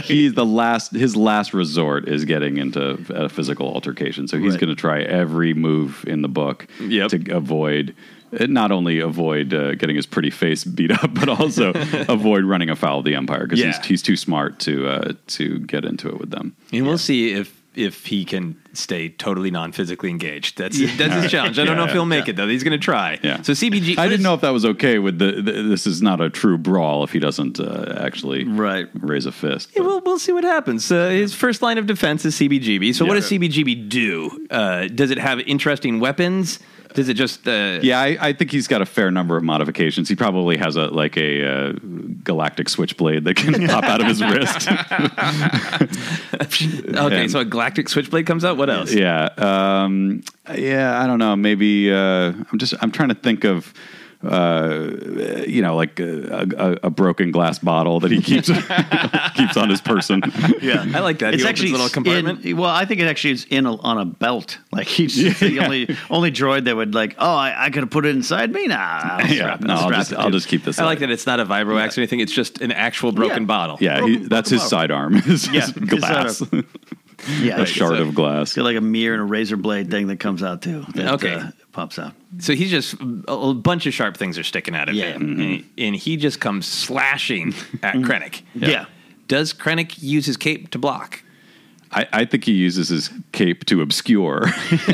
S4: he's the last his last resort is getting into a physical altercation, so he's
S2: Right.
S4: going to try every move in the book
S2: Yep.
S4: to avoid. uh, Not only avoid uh, getting his pretty face beat up, but also avoid running afoul of the Empire because
S2: Yeah.
S4: he's, he's too smart to uh, to get into it with them.
S2: And we'll see if if he can stay totally non physically engaged. That's that's his challenge. I don't know if
S4: Yeah,
S2: he'll make it though. He's going to try.
S4: Yeah.
S2: So CBG.
S4: I didn't know if that was okay with the. th this is not a true brawl if he doesn't uh, actually
S3: Right.
S4: raise a fist.
S2: Yeah, we'll, we'll see what happens. Uh, his first line of defense is CBGB. So, what
S4: Yeah.
S2: does CBGB do? Uh, does it have interesting weapons? Does it just. Uh,
S4: yeah, I, I think he's got a fair number of modifications. He probably has a like a uh, galactic switchblade that can pop out of his wrist.
S2: Okay,
S4: And-
S2: so a galactic switchblade comes out. What else?
S4: yeah, um, yeah. I don't know. Maybe uh, I'm just I'm trying to think of. Uh, you know, like a, a, a broken glass bottle that he keeps keeps on his person.
S3: Yeah,
S2: I like that.
S3: It's
S2: He opens
S3: actually
S2: a little
S3: in-
S2: compartment.
S3: well, I think it actually is in a, on a belt. Like he's just the only only droid that would like. Oh, I, I could have put it inside me. Nah, I'll
S4: Yeah,
S3: strap it,
S4: no, I'll
S3: strap
S4: just
S3: it
S4: I'll
S3: to-
S4: just keep this.
S2: I
S4: out.
S2: like that it's not a Vibroax or anything. It's just an actual broken
S3: Yeah.
S2: bottle.
S4: Yeah, he,
S3: Broken- broken
S4: that's his
S3: bottle.
S4: sidearm. It's
S3: Yeah,
S4: just
S3: his uh,
S4: glass,
S3: sidearm. yeah,
S4: a
S3: it's
S4: shard
S2: so-
S4: of glass.
S3: got like a mirror and a razor blade thing that comes out too. That,
S2: Okay.
S3: uh, pops out.
S2: So he's just a a bunch of sharp things are sticking out of
S3: Yeah.
S2: him,
S3: Mm-hmm.
S2: and, and he just comes slashing at Krennic.
S3: Yeah.
S2: Does Krennic use his cape to block?
S4: I, I think he uses his cape to obscure,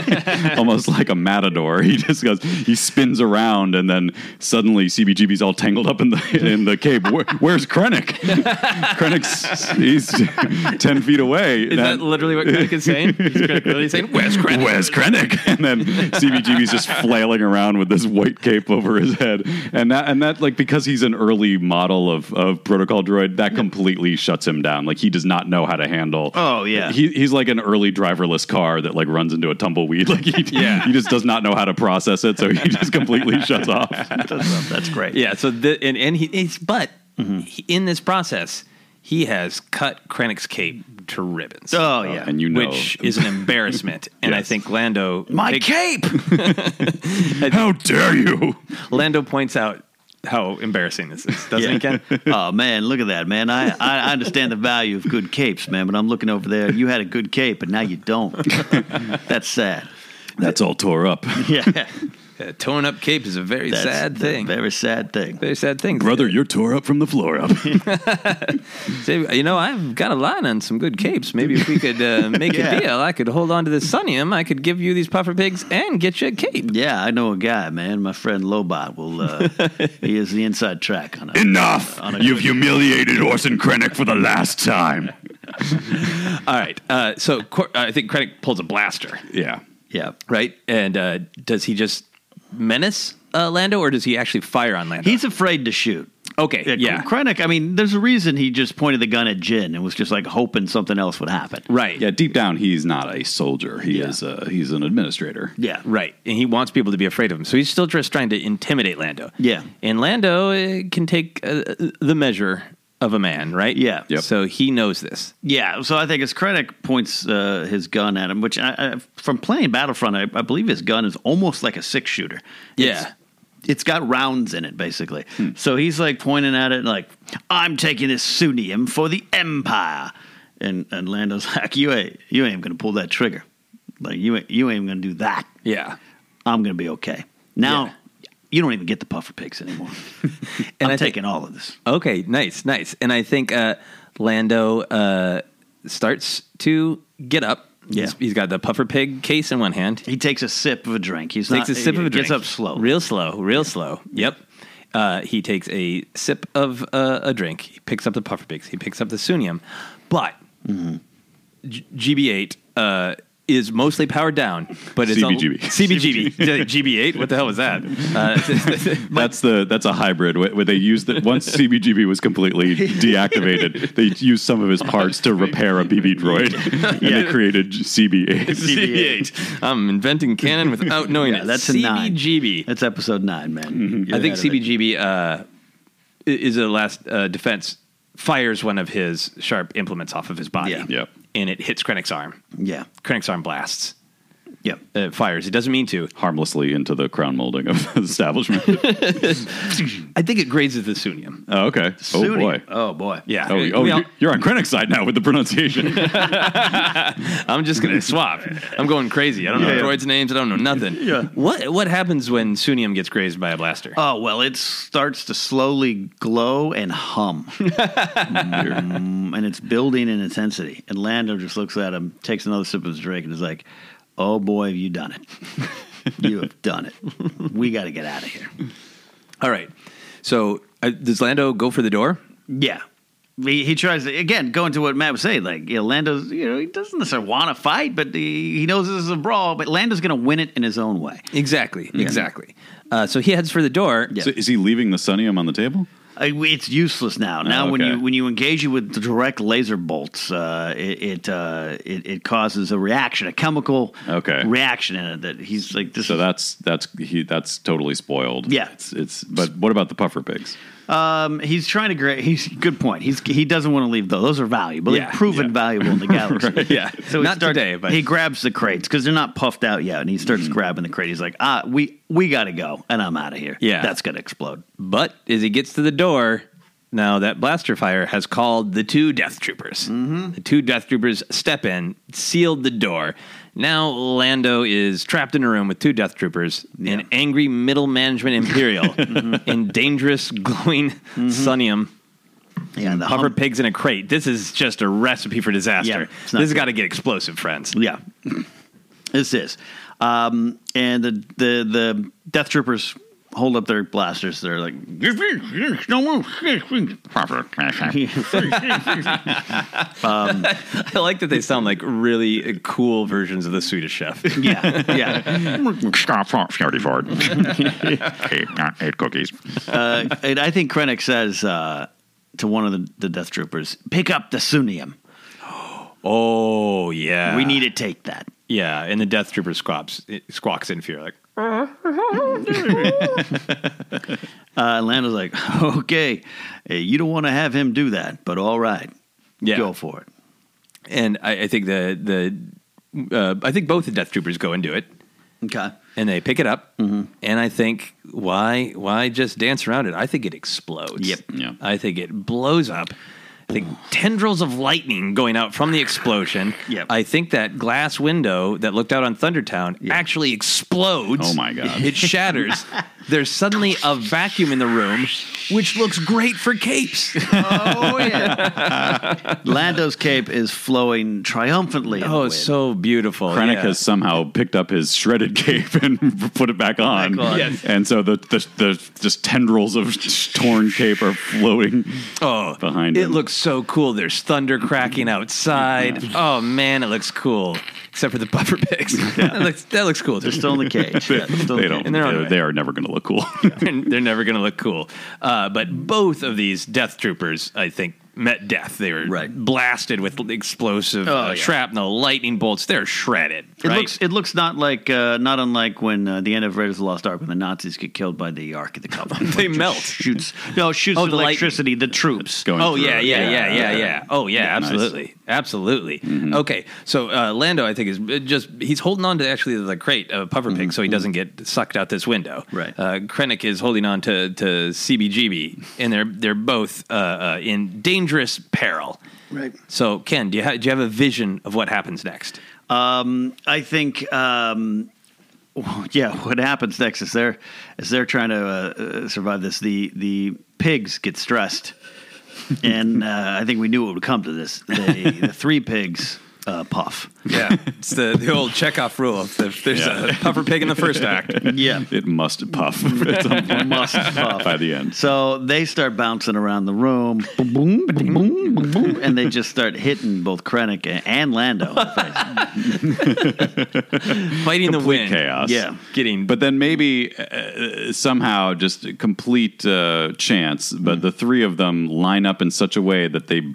S4: almost like a matador. He just goes, he spins around, and then suddenly CBGB's all tangled up in the in the cape. Where, where's Krennic? Krennic's he's ten feet away.
S2: Is that, literally what Krennic is saying? Is Krennic really saying, "Where's Krennic?"
S4: Where's Krennic? And then CBGB's just flailing around with this white cape over his head. And that and that like because he's an early model of, of protocol droid, that completely shuts him down. Like he does not know how to handle
S3: Oh, yeah.
S4: He, he's like an early driverless car that like runs into a tumbleweed. Like he,
S2: Yeah.
S4: he just does not know how to process it, so he just completely shuts off.
S3: That's great.
S2: Yeah. So the, and and he it's, but
S3: Mm-hmm.
S2: he- in this process he has cut Krennic's cape to ribbons.
S3: Oh yeah.
S4: And you know
S2: Which is an embarrassment, and I
S4: Yes.
S2: think Lando
S3: my
S2: it-
S3: cape.
S4: How dare you?
S2: Lando points out how embarrassing this is, doesn't he, Ken?
S3: oh man, look at that, man. I, I I understand the value of good capes, man, but I'm looking over there. You had a good cape, but now you don't. That's sad.
S4: That's all tore up.
S3: Yeah.
S2: A torn Uh, up cape is a very
S3: That's
S2: sad
S3: the
S2: thing.
S3: Very sad thing.
S2: very sad things.
S4: Brother, you're tore up from the floor up.
S2: Say, you know, I've got a line on some good capes. Maybe if we could uh, make
S3: Yeah.
S2: a deal, I could hold on to this Sunium. I could give you these puffer pigs and get you a cape.
S3: Yeah, I know a guy, man. My friend Lobot will. Uh, he is the inside track on it.
S4: Enough!
S3: On a
S4: You've humiliated Orson Krennic for the last time.
S2: All right. Uh, so Cor- I think Krennic pulls a blaster,
S4: Yeah.
S3: Yeah.
S2: right? And uh, does he just menace uh, Lando, or does he actually fire on Lando?
S3: He's afraid to shoot.
S2: okay. Yeah.
S3: Krennic, I mean, there's a reason he just pointed the gun at Jin and was just like hoping something else would happen.
S2: right.
S4: Yeah, deep down, he's not a soldier. He
S3: Yeah.
S4: is uh, he's an administrator.
S3: Yeah.
S2: Right. And he wants people to be afraid of him. So he's still just trying to intimidate Lando.
S3: Yeah.
S2: And Lando uh, can take uh, the measure of a man, right?
S3: Yeah. Yep.
S2: So he knows this.
S3: Yeah, so I think as Krennic points uh, his gun at him, which I, I, from playing Battlefront, I, I believe his gun is almost like a six shooter.
S2: Yeah. Hmm.
S3: it's got rounds in it, basically. So he's like pointing at it, like, "I'm taking this sunium for the Empire," and and Lando's like, "You ain't you ain't gonna pull that trigger, like you ain't you ain't gonna do that.
S2: Yeah.
S3: I'm gonna be okay." Now
S2: Yeah.
S3: you don't even get the puffer pigs anymore. I'm
S2: And I think-
S3: taking all of this.
S2: Okay, nice, nice. And I think uh, Lando uh, starts to get up.
S3: Yeah.
S2: He's- he's got the puffer pig case in one hand. He
S3: He takes a sip of a drink. He's
S2: takes
S3: not,
S2: a sip of a drink.
S3: Gets up slow.
S2: Real slow, real slow. Yep. Uh, he takes a sip of uh, a drink. He picks up the
S3: Mm-hmm.
S2: puffer pigs. He picks up the sunium. But G- GB8 uh, is mostly powered down, but it's
S4: CBGB.
S2: on, CBGB, GB8. What the hell was that? Uh,
S4: That's the that's a hybrid. Where where they used that once CBGB was completely deactivated, they used some of his parts to repair a BB droid, and they created CB8.
S2: CB8. I'm inventing canon without knowing
S3: Yeah,
S2: it.
S3: that's a nine.
S2: CBGB.
S3: That's episode nine, man. You're
S2: I think
S3: ahead of it.
S2: CBGB uh, i- is a last uh, defense. Fires one of his sharp implements off of his body.
S3: Yeah.
S4: Yep.
S2: And it hits Krennic's arm.
S3: Yeah.
S2: Krennic's arm blasts.
S3: Yeah.
S2: It fires. It doesn't mean to.
S4: Harmlessly into the crown molding of the establishment.
S2: I think it grazes the sunium.
S4: oh, okay. Oh
S3: Sooty.
S4: boy.
S3: Oh boy.
S2: Yeah.
S4: Oh,
S2: We
S4: oh,
S2: all-
S4: you- you're on Krennic's side now with the pronunciation.
S2: I'm just gonna swap. I'm going crazy. I don't know
S3: Yeah, yeah.
S2: droids' names. I don't know nothing.
S3: Yeah.
S2: What What happens when sunium gets grazed by a blaster?
S3: Oh well, it starts to slowly glow and hum, Mm, and it's building in intensity. And Lando just looks at him, takes another sip of his drink, and is like, "Oh boy, have you done it? you have done it. We got to get out of here."
S2: All right. So uh, does Lando go for the door?
S3: Yeah. He, he tries to again going to what Matt was saying. Like you know, Lando's, you know, he doesn't necessarily want to fight, but he, he knows this is a brawl. But Lando's going to win it in his own way.
S2: Exactly. Exactly. Uh, so he heads for the door.
S4: So is he leaving the sunium on the table?
S3: I, it's useless now. Now, when
S4: okay.
S3: you when you engage it with direct laser bolts, uh, it it, uh, it it causes a reaction, a chemical
S4: Okay.
S3: reaction in it that he's like this.
S4: So
S3: is-
S4: that's that's he that's totally spoiled.
S3: Yeah.
S4: It's, it's but what about the puffer pigs?
S3: um, he's trying to gra He's good point. He's he doesn't want to leave though. Those are valuable.
S2: Yeah,
S3: They've proven valuable in the galaxy.
S2: yeah.
S3: he
S2: Not
S3: starts-
S2: today, but- Mm-hmm.
S3: he grabs the crates because they're not puffed out yet, and he starts grabbing the crate. He's like, ah, we we got to go, and I'm out of here.
S2: Yeah.
S3: that's gonna explode.
S2: But as he gets to the door, now that blaster fire has called the two death troopers. Mm-hmm. The two death troopers step in, sealed the door. Now Lando is trapped in a room with two death troopers, an angry middle management imperial, and dangerous glowing sunium.
S3: Yeah, Mm-hmm. the
S2: Puffer
S3: hum-
S2: pigs in a crate. This is just a recipe for
S3: Yeah,
S2: disaster.
S3: it's
S2: this
S3: not
S2: has
S3: good.
S2: got to get explosive, friends.
S3: Yeah, this is. Um, and the, the the death troopers hold up their blasters. They're like,
S2: Oh, I like that they sound like really uh, cool versions of the Swedish Chef.
S3: yeah, yeah.
S5: Stop, Scarty Ford. eight, not eight cookies.
S3: Uh, and I think Krennic says uh, to one of the, the death troopers, "Pick up the sunium.
S2: Oh yeah,
S3: We need to take that."
S2: Yeah, and the Death Trooper squawks, squawks in fear, like,
S3: Uh, Lando's like, "Okay, hey, you don't want to have him do that, but all right,
S2: Yeah.
S3: go for it."
S2: and I, I think the the uh, I think both the Death Troopers go and do it,
S3: Okay.
S2: and they pick it up, and I think why why just dance around it? I think it explodes.
S3: Yep.
S4: Yeah.
S2: I think it blows up. I think tendrils of lightning going out from the explosion.
S3: Yep.
S2: I think that glass window that looked out on Thundertown actually explodes.
S4: Oh my God.
S2: It shatters. There's suddenly a vacuum in the room, which looks great for capes.
S3: Oh yeah. Lando's cape is flowing triumphantly. in the
S2: Oh,
S3: wind.
S2: so beautiful.
S4: Krennic
S2: yeah.
S4: has somehow picked up his shredded cape and put it back on.
S3: Back on.
S2: Yes.
S4: And so the, the the just tendrils of torn cape are floating
S2: oh,
S4: behind
S2: it
S4: him.
S2: looks so cool. There's thunder cracking outside. Oh man, it looks cool. Except for the puffer pigs. that, looks, that looks cool.
S3: They're still in the cage. Yeah, they're still in the
S4: they don't
S2: and they're on
S4: they're-
S2: their way.
S4: they are never going to look cool.
S2: they're, they're never going to look cool. Uh, but both of these death troopers, I think, met death. They were
S3: Right. Oh,
S2: blasted with explosive uh,
S3: yeah.
S2: shrapnel, lightning bolts. They're shredded.
S3: It
S2: right?
S3: looks it looks not like uh, not unlike when uh, the end of Raiders of the Lost Ark when the Nazis get killed by the Ark of the Covenant.
S2: They
S3: It just
S2: melt.
S3: Shoots no it shoots
S2: Oh,
S3: the
S2: the lightning.
S3: electricity. The troops.
S4: Going
S2: Oh
S4: through
S2: yeah,
S4: it.
S2: yeah, yeah, yeah, yeah, Oh yeah,
S4: nice.
S2: absolutely, absolutely. Okay, so uh, Lando, I think is uh, just he's holding on to actually the crate of puffer pig, so he doesn't get sucked out this window.
S3: Right.
S2: Uh, Krennic is holding on to to CBGB, and they're they're both uh, uh, in dangerous peril.
S3: Right.
S2: So Ken, do you ha- do you have a vision of what happens next?
S3: I think. Um, yeah, what happens next is they're is they're trying to uh, uh, survive this. The the pigs get stressed, and uh, I think we knew it would come to this. They, the three pigs uh, puff.
S2: Yeah, it's the, the old Chekhov rule. If there's a puffer pig in the first act,
S3: Yeah.
S4: It must puff at some point.
S3: Must puff.
S4: by the end.
S3: So they start bouncing around the room, boom, boom, boom, boom, boom, boom, and they just start hitting both Krennic and- and Lando. in the face.
S2: fighting the wind,
S4: chaos.
S3: Yeah.
S2: getting
S4: But then maybe uh, somehow just a complete uh, chance,
S2: Mm-hmm.
S4: but the three of them line up in such a way that they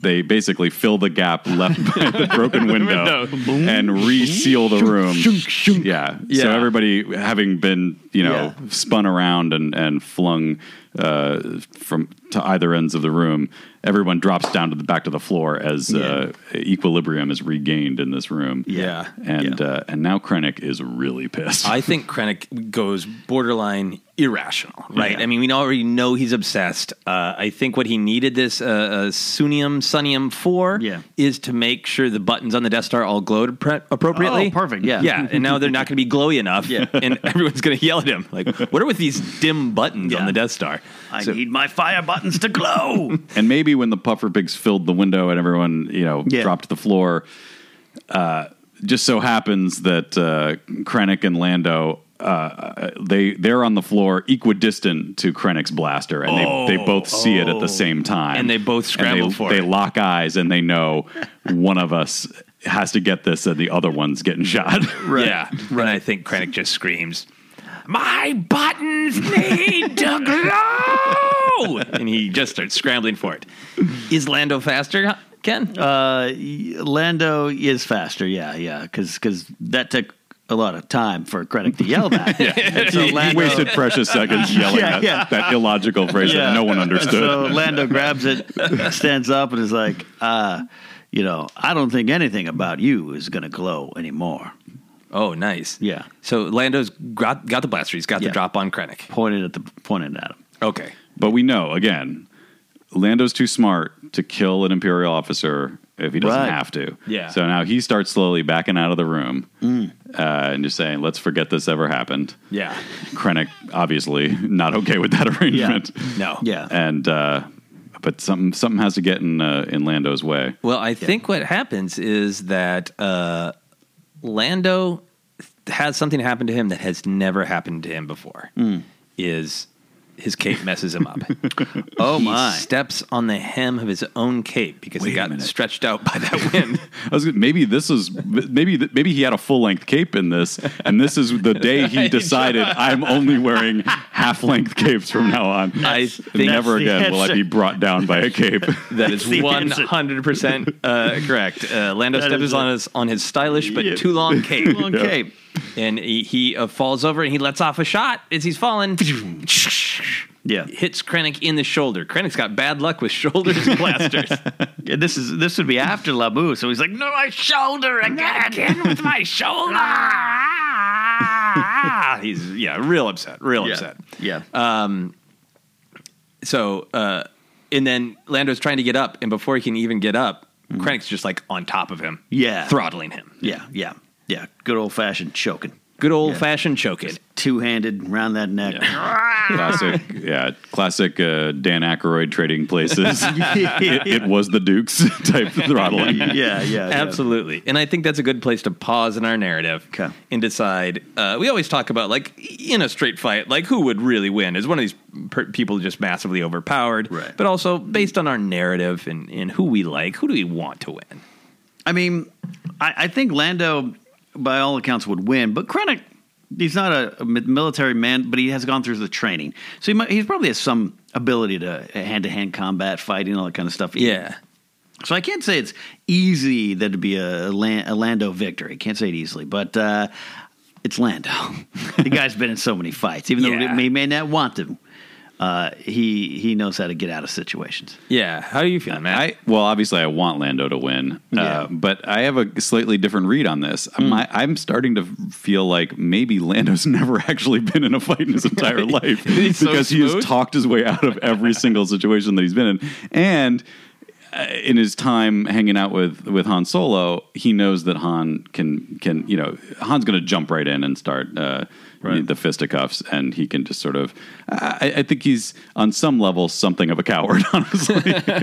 S4: they basically fill the gap left by the broken window, and reseal the room. yeah. So
S2: Yeah.
S4: everybody having been, you know,
S3: Yeah.
S4: spun around and, and flung uh, from to either ends of the room, everyone drops down to the back to the floor as uh, equilibrium is regained in this room.
S2: Yeah.
S4: And Uh, and now Krennic is really pissed.
S2: I think Krennic goes borderline irrational, right?
S3: Yeah.
S2: I mean, we already know he's obsessed. Uh, I think what he needed this uh, uh, Sunium Sunium for
S3: Yeah.
S2: is to make sure the buttons on the Death Star all glowed pre- appropriately.
S3: Oh, perfect, yeah.
S2: yeah. And now they're not going to be glowy enough,
S3: Yeah.
S2: and everyone's going to yell at him, like, "What are with these dim buttons on
S3: Yeah.
S2: the Death Star?"
S3: I
S2: So-
S3: need my fire buttons to glow.
S4: and maybe when the puffer pigs filled the window and everyone, you know,
S3: Yeah.
S4: dropped to the floor, uh, just so happens that uh, Krennic and Lando. Uh, they they're on the floor equidistant to Krennic's blaster, and they, they both see it at the same time,
S2: Oh. And they both scramble
S4: they,
S2: for
S4: they
S2: it.
S4: lock eyes, and they know one of us has to get this, and the other one's getting shot.
S2: Yeah. And I think Krennic just screams, My buttons need to glow! And he just starts scrambling for it. Is Lando faster, Ken?
S3: Uh, y- Lando is faster, yeah, yeah, because that took a lot of time for Krennic to yell that. yeah. And so
S4: He- he
S3: Lando,
S4: wasted precious seconds yelling
S3: Yeah,
S4: at
S3: yeah.
S4: that illogical phrase
S3: Yeah.
S4: that no one understood.
S3: so Lando grabs it, stands up, and is like, uh, you know, I don't think anything about you is going to glow anymore.
S2: Oh, nice.
S3: Yeah.
S2: So Lando's got, got the blaster. He's got
S3: Yeah.
S2: the drop on Krennic.
S3: Pointed at the pointed at him.
S2: Okay.
S4: But we know again, Lando's too smart to kill an Imperial officer if he doesn't
S3: Right.
S4: have to.
S2: Yeah.
S4: So now he starts slowly backing out of the room uh, and just saying, "Let's forget this ever happened."
S2: Yeah.
S4: Krennic obviously not okay with that arrangement.
S2: No.
S3: Yeah.
S4: And uh, but something something has to get in uh, in Lando's way.
S2: Well, I think what happens is that uh, Lando has something happen to him that has never happened to him before. Is his cape messes him up?
S3: Oh
S2: he
S3: my!
S2: steps on the hem of his own cape because
S4: Wait
S2: he
S4: a
S2: got
S4: minute.
S2: stretched out by that wind.
S4: I was gonna- maybe this is maybe th- maybe he had a full length cape in this, and this is the day he decided I'm only wearing half length capes from now on.
S2: I think
S4: never
S3: the
S4: again will I
S3: answer.
S4: be brought down by a cape.
S2: that is
S3: the
S2: one
S3: answer.
S2: hundred percent correct. Uh, Lando
S3: That is
S2: steps
S3: it.
S2: on his on his stylish but
S3: Yeah.
S2: too long cape,
S3: Long cape.
S2: and he, he uh, falls over and he lets off a shot as he's falling.
S3: Yeah.
S2: hits Krennic in the shoulder. Krennic's got bad luck with shoulders and blasters.
S3: Yeah, This is this would be after Labu, so he's like, "No, my shoulder again, with my shoulder."
S2: Ah, he's yeah, real upset, real upset.
S3: Yeah.
S2: So, uh, and then Lando's trying to get up, and before he can even get up, Krennic's just like on top of him,
S3: Mm. Yeah.
S2: throttling him.
S3: yeah. Yeah. Yeah. Good old fashioned choking.
S2: Good old fashioned choking.
S3: Two handed round that neck.
S4: classic, yeah, classic uh, Dan Aykroyd trading places. it, it was the Duke's type throttling.
S3: yeah, yeah.
S2: Absolutely. And I think that's a good place to pause in our narrative
S3: Okay.
S2: and decide. Uh, we always talk about, like, in a straight fight, like, who would really win? Is one of these per- people just massively overpowered?
S3: Right.
S2: But also, based on our narrative and, and who we like, who do we want to win?
S3: I mean, I, I think Lando, by all accounts, would win, but Krennic, he's not a, a mi- military man, but he has gone through the training. So he might, he's probably has some ability to hand to hand combat, fighting, all that kind of stuff.
S2: Yeah.
S3: So I can't say it's easy that it'd be a, Lan- a Lando victory. Can't say it easily, but uh, it's Lando. the guy's been in so many fights, even
S2: Yeah.
S3: though he may not want to. Uh, he he knows how to get out of situations.
S2: Yeah. How do you feel, man?
S4: I well, obviously, I want Lando to win,
S3: Yeah.
S4: uh, but I have a slightly different read on this.
S2: Hmm.
S4: My, I'm starting to feel like maybe Lando's never actually been in a fight in his entire life
S2: He's so
S4: because he has
S2: smooth.
S4: talked his way out of every single situation that he's been in, and. uh, in his time hanging out with with Han Solo, he knows that Han can can you know Han's going to jump right in and start uh,
S3: Right.
S4: the fisticuffs, and he can just sort of. I, I think he's on some level something of a coward, honestly.
S3: right,
S4: Uh,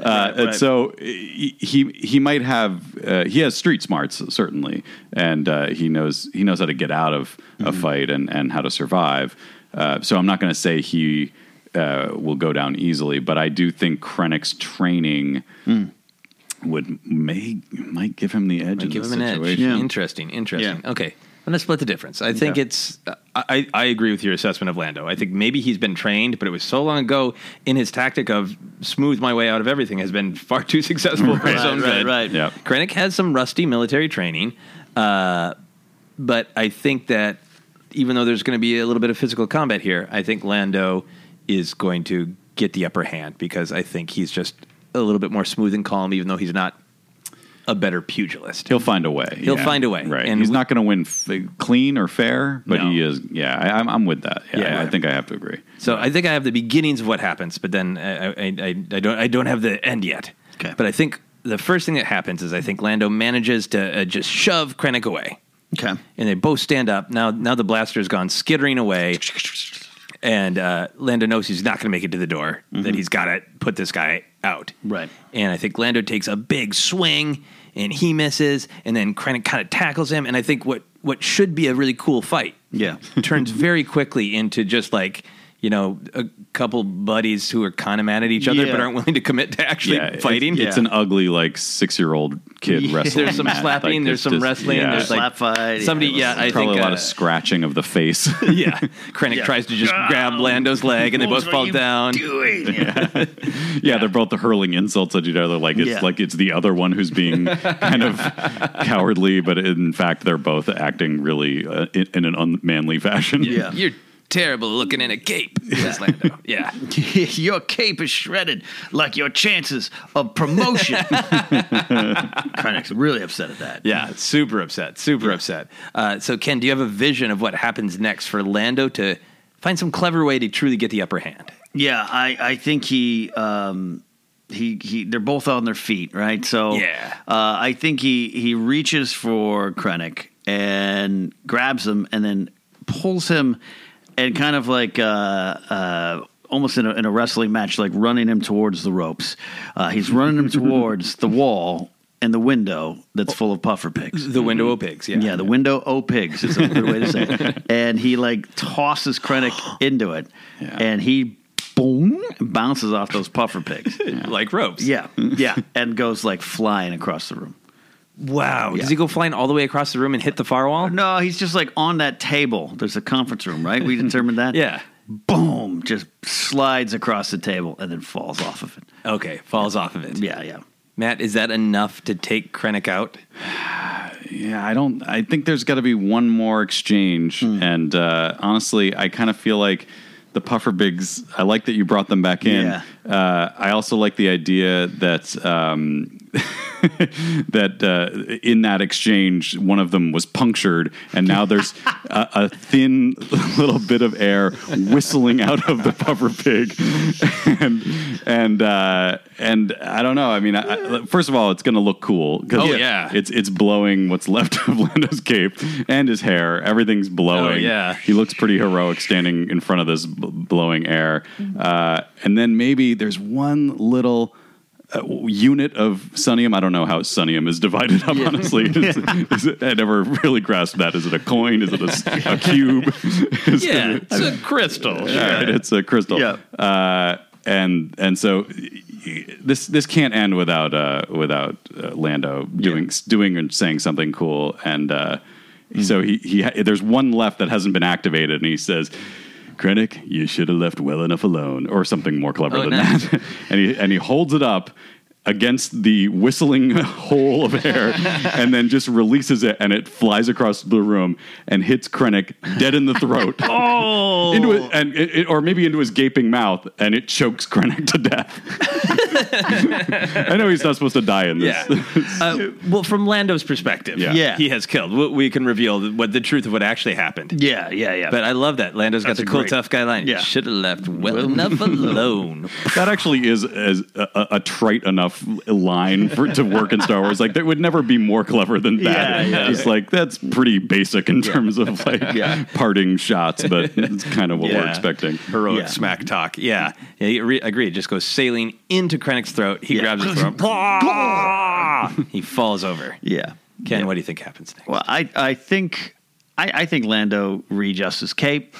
S3: right,
S4: and
S3: right.
S4: so he he- he might have uh, he has street smarts certainly, and uh, he knows he knows how to get out of
S2: Mm-hmm.
S4: a fight and and how to survive. Uh, so I'm not going to say he uh, will go down easily, but I do think Krennic's training would may might give him the
S2: Mm.
S4: edge
S2: Might
S4: in
S2: give
S4: this
S2: him an edge.
S4: situation.
S2: Interesting, interesting.
S3: Yeah.
S2: Okay, I'm gonna split the difference. I think
S4: Yeah.
S2: it's. I, I I agree with your assessment of Lando. I think maybe he's been trained, but it was so long ago. In his tactic of smooth my way out of everything has been far too successful for his
S3: Right,
S2: own
S3: right,
S2: good.
S3: right.
S4: Yep.
S2: Krennic has some rusty military training, uh, but I think that even though there's going to be a little bit of physical combat here, I think Lando is going to get the upper hand because I think he's just a little bit more smooth and calm, even though he's not a better pugilist.
S4: He'll find a way.
S2: He'll
S4: yeah.
S2: find a way.
S4: Right.
S2: And
S4: He's
S2: we-
S4: not going to win f- clean or fair, but
S2: No.
S4: he is. Yeah, I, I'm, I'm with that. Yeah,
S2: Yeah.
S4: I think I have to agree.
S2: So I think I have the beginnings of what happens, but then I, I, I, I don't I don't have the end yet.
S3: Okay.
S2: But I think the first thing that happens is I think Lando manages to uh, just shove Krennic away,
S3: Okay.
S2: and they both stand up. Now now the blaster's gone skittering away, and uh, Lando knows he's not going to make it to the door. That he's got to put this guy out.
S3: Mm-hmm. Right.
S2: And I think Lando takes a big swing and he misses, and then Krennic kind of tackles him. And I think what what should be a really cool fight
S3: Yeah.
S2: turns very quickly into just like you know a couple buddies who are kind of mad at each other
S3: Yeah.
S2: but aren't willing to commit to actually
S4: Yeah, it's-
S2: fighting.
S4: It's, an ugly like six year old kid
S3: Yeah.
S4: wrestling.
S2: There's some
S4: match.
S2: slapping,
S4: Like,
S2: there's
S4: it's
S2: some wrestling, there's like
S3: Slap fight, yeah,
S2: somebody.
S3: it was-
S2: Yeah, I
S4: probably
S2: think
S4: a lot
S2: uh,
S4: of scratching of the face.
S2: yeah, Krennic
S3: Yeah.
S2: tries to just grab Lando's leg and they both
S3: What
S2: fall
S3: you
S2: down.
S3: doing? Yeah.
S4: yeah, they're both hurling insults at each other. Like it's
S3: Yeah.
S4: like it's the other one who's being kind of cowardly, but in fact they're both acting really uh, in, in an unmanly fashion.
S3: Yeah.
S2: You're terrible looking in a cape, says Lando. Yeah.
S3: your cape is shredded like your chances of promotion. Krennic's really upset at that.
S2: Yeah, super upset, super upset. Uh, so, Ken, do you have a vision of what happens next for Lando to find some clever way to truly get the upper hand?
S3: Yeah, I, I think he um he he they're both on their feet, right? So
S2: Yeah.
S3: uh, I think he he reaches for Krennic and grabs him and then pulls him and kind of like uh uh almost in a, in a wrestling match like running him towards the ropes. Uh, he's running him towards the wall and the window that's full of puffer pigs.
S2: The window of pigs, yeah.
S3: Yeah, the window o pigs is a good way to say it. And he like tosses Krennic into it,
S4: Yeah.
S3: and he boom bounces off those puffer pigs.
S2: like ropes.
S3: yeah, yeah, and goes like flying across the room.
S2: Wow.
S3: Yeah.
S2: Does he go flying all the way across the room and hit the firewall?
S3: No, he's just like on that table. There's a conference room, right? We determined that.
S2: Yeah.
S3: Boom! Just slides across the table and then falls off of it.
S2: Okay. Falls off of it.
S3: Yeah, yeah.
S2: Matt, is that enough to take Krennic out?
S4: Yeah, I don't. I think there's got to be one more exchange,
S2: Hmm.
S4: and uh, honestly, I kind of feel like the puffer bigs. I like that you brought them back in.
S3: Yeah.
S4: Uh, I also like the idea that um, that uh, in that exchange, one of them was punctured, and now there's a, a thin little bit of air whistling out of the puffer pig, and and uh, and I don't know. I mean, I, I, first of all, it's going to look cool. 'cause
S2: Oh,
S4: it-
S2: yeah.
S4: it's it's blowing what's left of Lando's cape and his hair. Everything's blowing.
S2: Oh, yeah.
S4: he looks pretty heroic standing in front of this b- blowing air.
S2: Mm-hmm.
S4: Uh, and then maybe there's one little uh, unit of Sunium. I don't know how Sunium is divided up. Honestly, Is- is it- I never really grasped that. Is it a coin? Is it a, s- a cube? Is
S2: Yeah.
S4: it-
S2: It's a crystal.
S4: all right, it's a crystal.
S3: Yeah.
S4: Uh, and and so this this can't end without uh, without uh, Lando doing doing and saying something cool. And uh,
S3: Mm-hmm.
S4: so he he there's one left that hasn't been activated, and he says. Krennic, you should have left well enough alone, or something more clever
S2: Oh,
S4: than
S2: nice.
S4: that. and he and he holds it up against the whistling hole of air, and then just releases it, and it flies across the room and hits Krennic dead in the throat.
S3: Oh,
S4: into it, and it, it- or maybe into his gaping mouth, and it chokes Krennic to death. I know he's not supposed to die in this.
S2: Uh, well, from Lando's perspective,
S4: Yeah.
S3: Yeah.
S2: he has killed. We- We can reveal th- what the truth of what actually happened.
S3: Yeah, yeah, yeah.
S2: But I love that Lando's got
S3: That's
S2: the
S3: a
S2: cool,
S3: great-
S2: tough guy line.
S3: Yeah.
S2: should have left well enough alone.
S4: That actually is as a, a, a trite enough line for to work in Star Wars. Like there would never be more clever than
S3: Yeah,
S4: that.
S3: yeah.
S4: Just like that's pretty basic in terms of like
S3: Yeah.
S4: parting shots, but it's kind of what we're
S2: Yeah.
S4: expecting.
S2: Heroic
S3: Yeah.
S2: smack talk. Yeah, yeah. You re- agree. Just goes sailing into Krennic's throat. He
S3: Yeah.
S2: grabs his throat. he falls over.
S3: yeah.
S2: Ken, what do you think happens next?
S3: Well, I I think I, I think Lando readjusts his cape.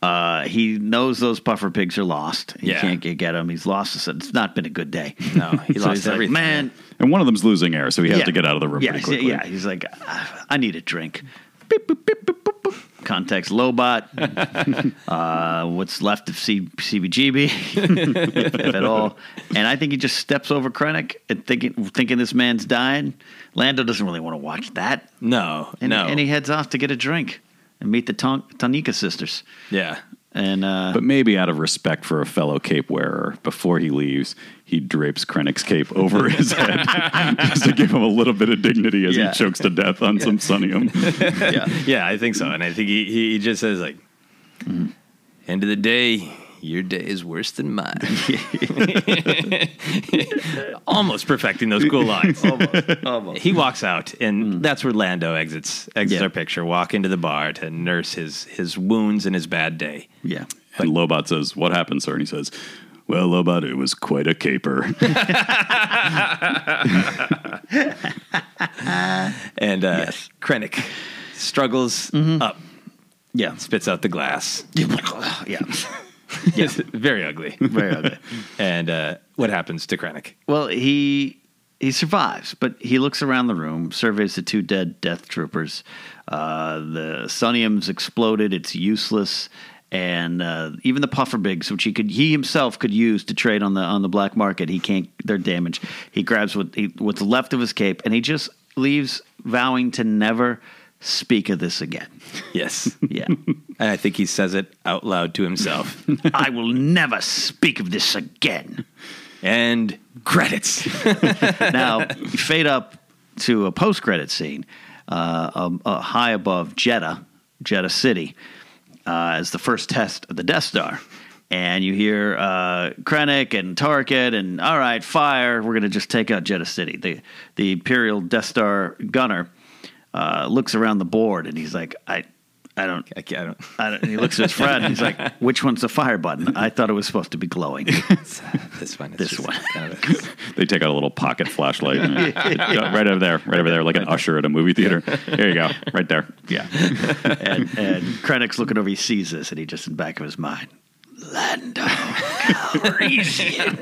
S3: Uh, he knows those puffer pigs are lost. He
S2: Yeah.
S3: can't get, get them. He's lost. His, it's not been a good day.
S2: No, he
S3: So
S2: lost
S3: he's like,
S2: everything.
S3: Man,
S4: And one of them's losing air, so he has
S3: yeah.
S4: to get out of the room
S3: Yeah,
S4: pretty
S3: he's-
S4: quickly.
S3: yeah. He's like, "Ah, I need a drink. Beep, boop, beep, boop, boop, boop. Context Lobot. uh, what's left of C- CBGB, if, if at all. And I think he just steps over Krennic and thinking thinking this man's dying. Lando doesn't really want to watch that.
S2: no,
S3: And,
S2: no.
S3: and he heads off to get a drink and meet the Ton- Tonika sisters.
S2: yeah.
S3: And uh,
S4: But maybe out of respect for a fellow cape wearer, before he leaves, he drapes Krennic's cape over his head just to give him a little bit of dignity as
S3: Yeah.
S4: he chokes to death on some Sunium.
S3: yeah,
S2: Yeah, I think so. And I think he, he, he just says, like, end of the day, your day is worse than mine. Almost perfecting those cool lines. He walks out, and that's where Lando exits exits
S3: Yeah.
S2: our picture, walk into the bar to nurse his, his wounds and his bad day.
S3: yeah.
S4: And Lobot says, What happened, sir? And he says, Well, Lobot, it was quite a caper.
S2: And uh, Krennic struggles up,
S3: Yeah.
S2: spits out the glass.
S3: yeah.
S2: Yes, very ugly.
S3: Very ugly.
S2: and uh, what happens to Krennic?
S3: Well, he he survives, but he looks around the room, surveys the two dead death troopers. Uh, the sonium's exploded; it's useless, and uh, even the puffer bigs, which he could he himself could use to trade on the on the black market, he can't. They're damaged. He grabs what he, what's left of his cape, and he just leaves, vowing to never speak of this again.
S2: Yes.
S3: Yeah,
S2: And I think he says it out loud to himself.
S3: I will never speak of this again.
S2: and credits.
S3: now fade up to a post-credit scene uh, um, uh, high above Jeddah, Jeddah City, uh, as the first test of the Death Star. And you hear uh, Krennic and Tarkin, and all right, fire! We're gonna just take out Jeddah City. The the Imperial Death Star gunner uh, looks around the board, and he's like, I, I don't,
S2: I can't- I don't-
S3: I don't. He looks at his friend, and he's like, Which one's the fire button? I thought it was supposed to be glowing.
S2: uh, this one. is
S3: This
S2: just
S3: one.
S2: kind of a-
S4: they take out a little pocket flashlight. and- Yeah, right over there, right over there, like an usher at a movie theater. There you go, right there.
S3: Yeah. and, and Krennic's looking over, he sees this, and he just in the back of his mind, Lando Calrissian.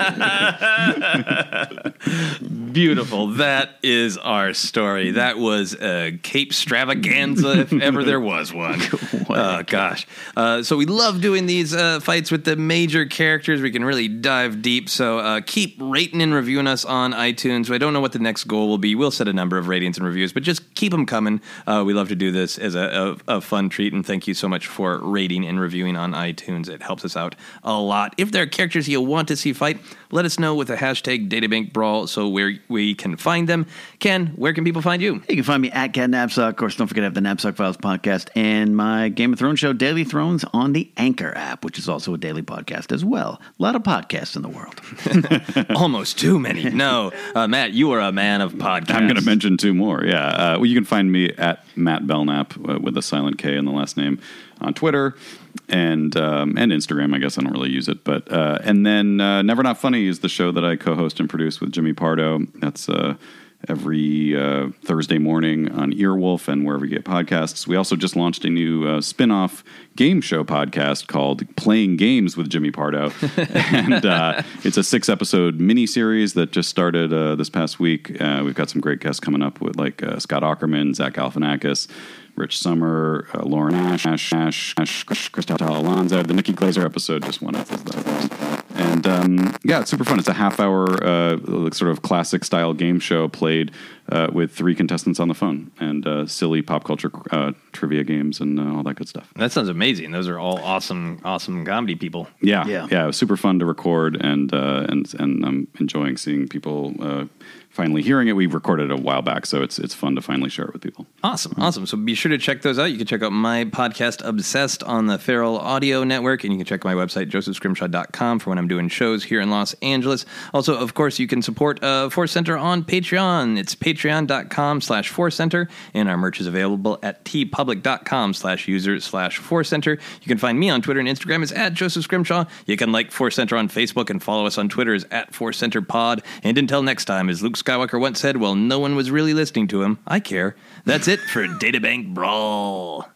S2: beautiful. That is our story. That was a Cape Stravaganza, if ever there was one. Oh, gosh. Uh, so we love doing these uh, fights with the major characters. We can really dive deep. So uh, keep rating and reviewing us on iTunes. I don't know what the next goal will be. We'll set a number of ratings and reviews, but just keep them coming. Uh, we love to do this as a, a, a fun treat. And thank you so much for rating and reviewing on iTunes. It helps us out a lot. If there are characters you want to see fight, let us know with the hashtag DatabankBrawl so where we can find them. Ken, where can people find you?
S3: You can find me at Cat Knapsack. Of course, don't forget to have the Knapsack Files podcast and my Game of Thrones show, Daily Thrones, on the Anchor app, which is also a daily podcast as well. A lot of podcasts in the world.
S2: Almost too many. No, uh, Matt, you are a man of podcasts.
S4: I'm going to mention two more. Yeah. Uh, well, you can find me at Matt Belknap uh, with a silent K in the last name on Twitter and um, and Instagram. I guess I don't really use it, but uh, and then uh, Never Not Funny is the show that I co-host and produce with Jimmy Pardo. That's uh, every uh, Thursday morning on Earwolf and wherever you get podcasts. We also just launched a new uh, spin-off game show podcast called Playing Games with Jimmy Pardo. and uh, it's a six episode mini series that just started uh, this past week. Uh, we've got some great guests coming up with like uh, Scott Ackerman, Zach Galifianakis, Rich Summer, uh, Lauren Ash, Ash, Ash, Ash, Christelle Alonso. The Nikki Glazer episode just won us. And um, yeah, it's super fun. It's a half hour, uh, like, sort of classic style game show played uh, with three contestants on the phone and uh, silly pop culture uh, trivia games and uh, all that good stuff.
S2: That sounds amazing. Those are all awesome, awesome comedy people.
S4: Yeah,
S3: Yeah.
S4: yeah, It was super fun to record, and uh, and and I'm enjoying seeing people uh, finally hearing it. We recorded it a while back, so it's it's fun to finally share it with people.
S2: Awesome, awesome. So be sure to check those out. You can check out my podcast, Obsessed, on the Feral Audio Network, and you can check my website, josephscrimshaw.com, for when I'm doing shows here in Los Angeles. Also, of course, you can support uh, Force Center on Patreon. It's patreon.com slash Force Center, and our merch is available at tpublic.com slash user slash Force Center. You can find me on Twitter and Instagram. It's at Joseph Scrimshaw. You can like Force Center on Facebook and follow us on Twitter is at Force Center Pod. And until next time, as Luke Skywalker once said, well, no one was really listening to him. I care. That's it for Databank Brawl.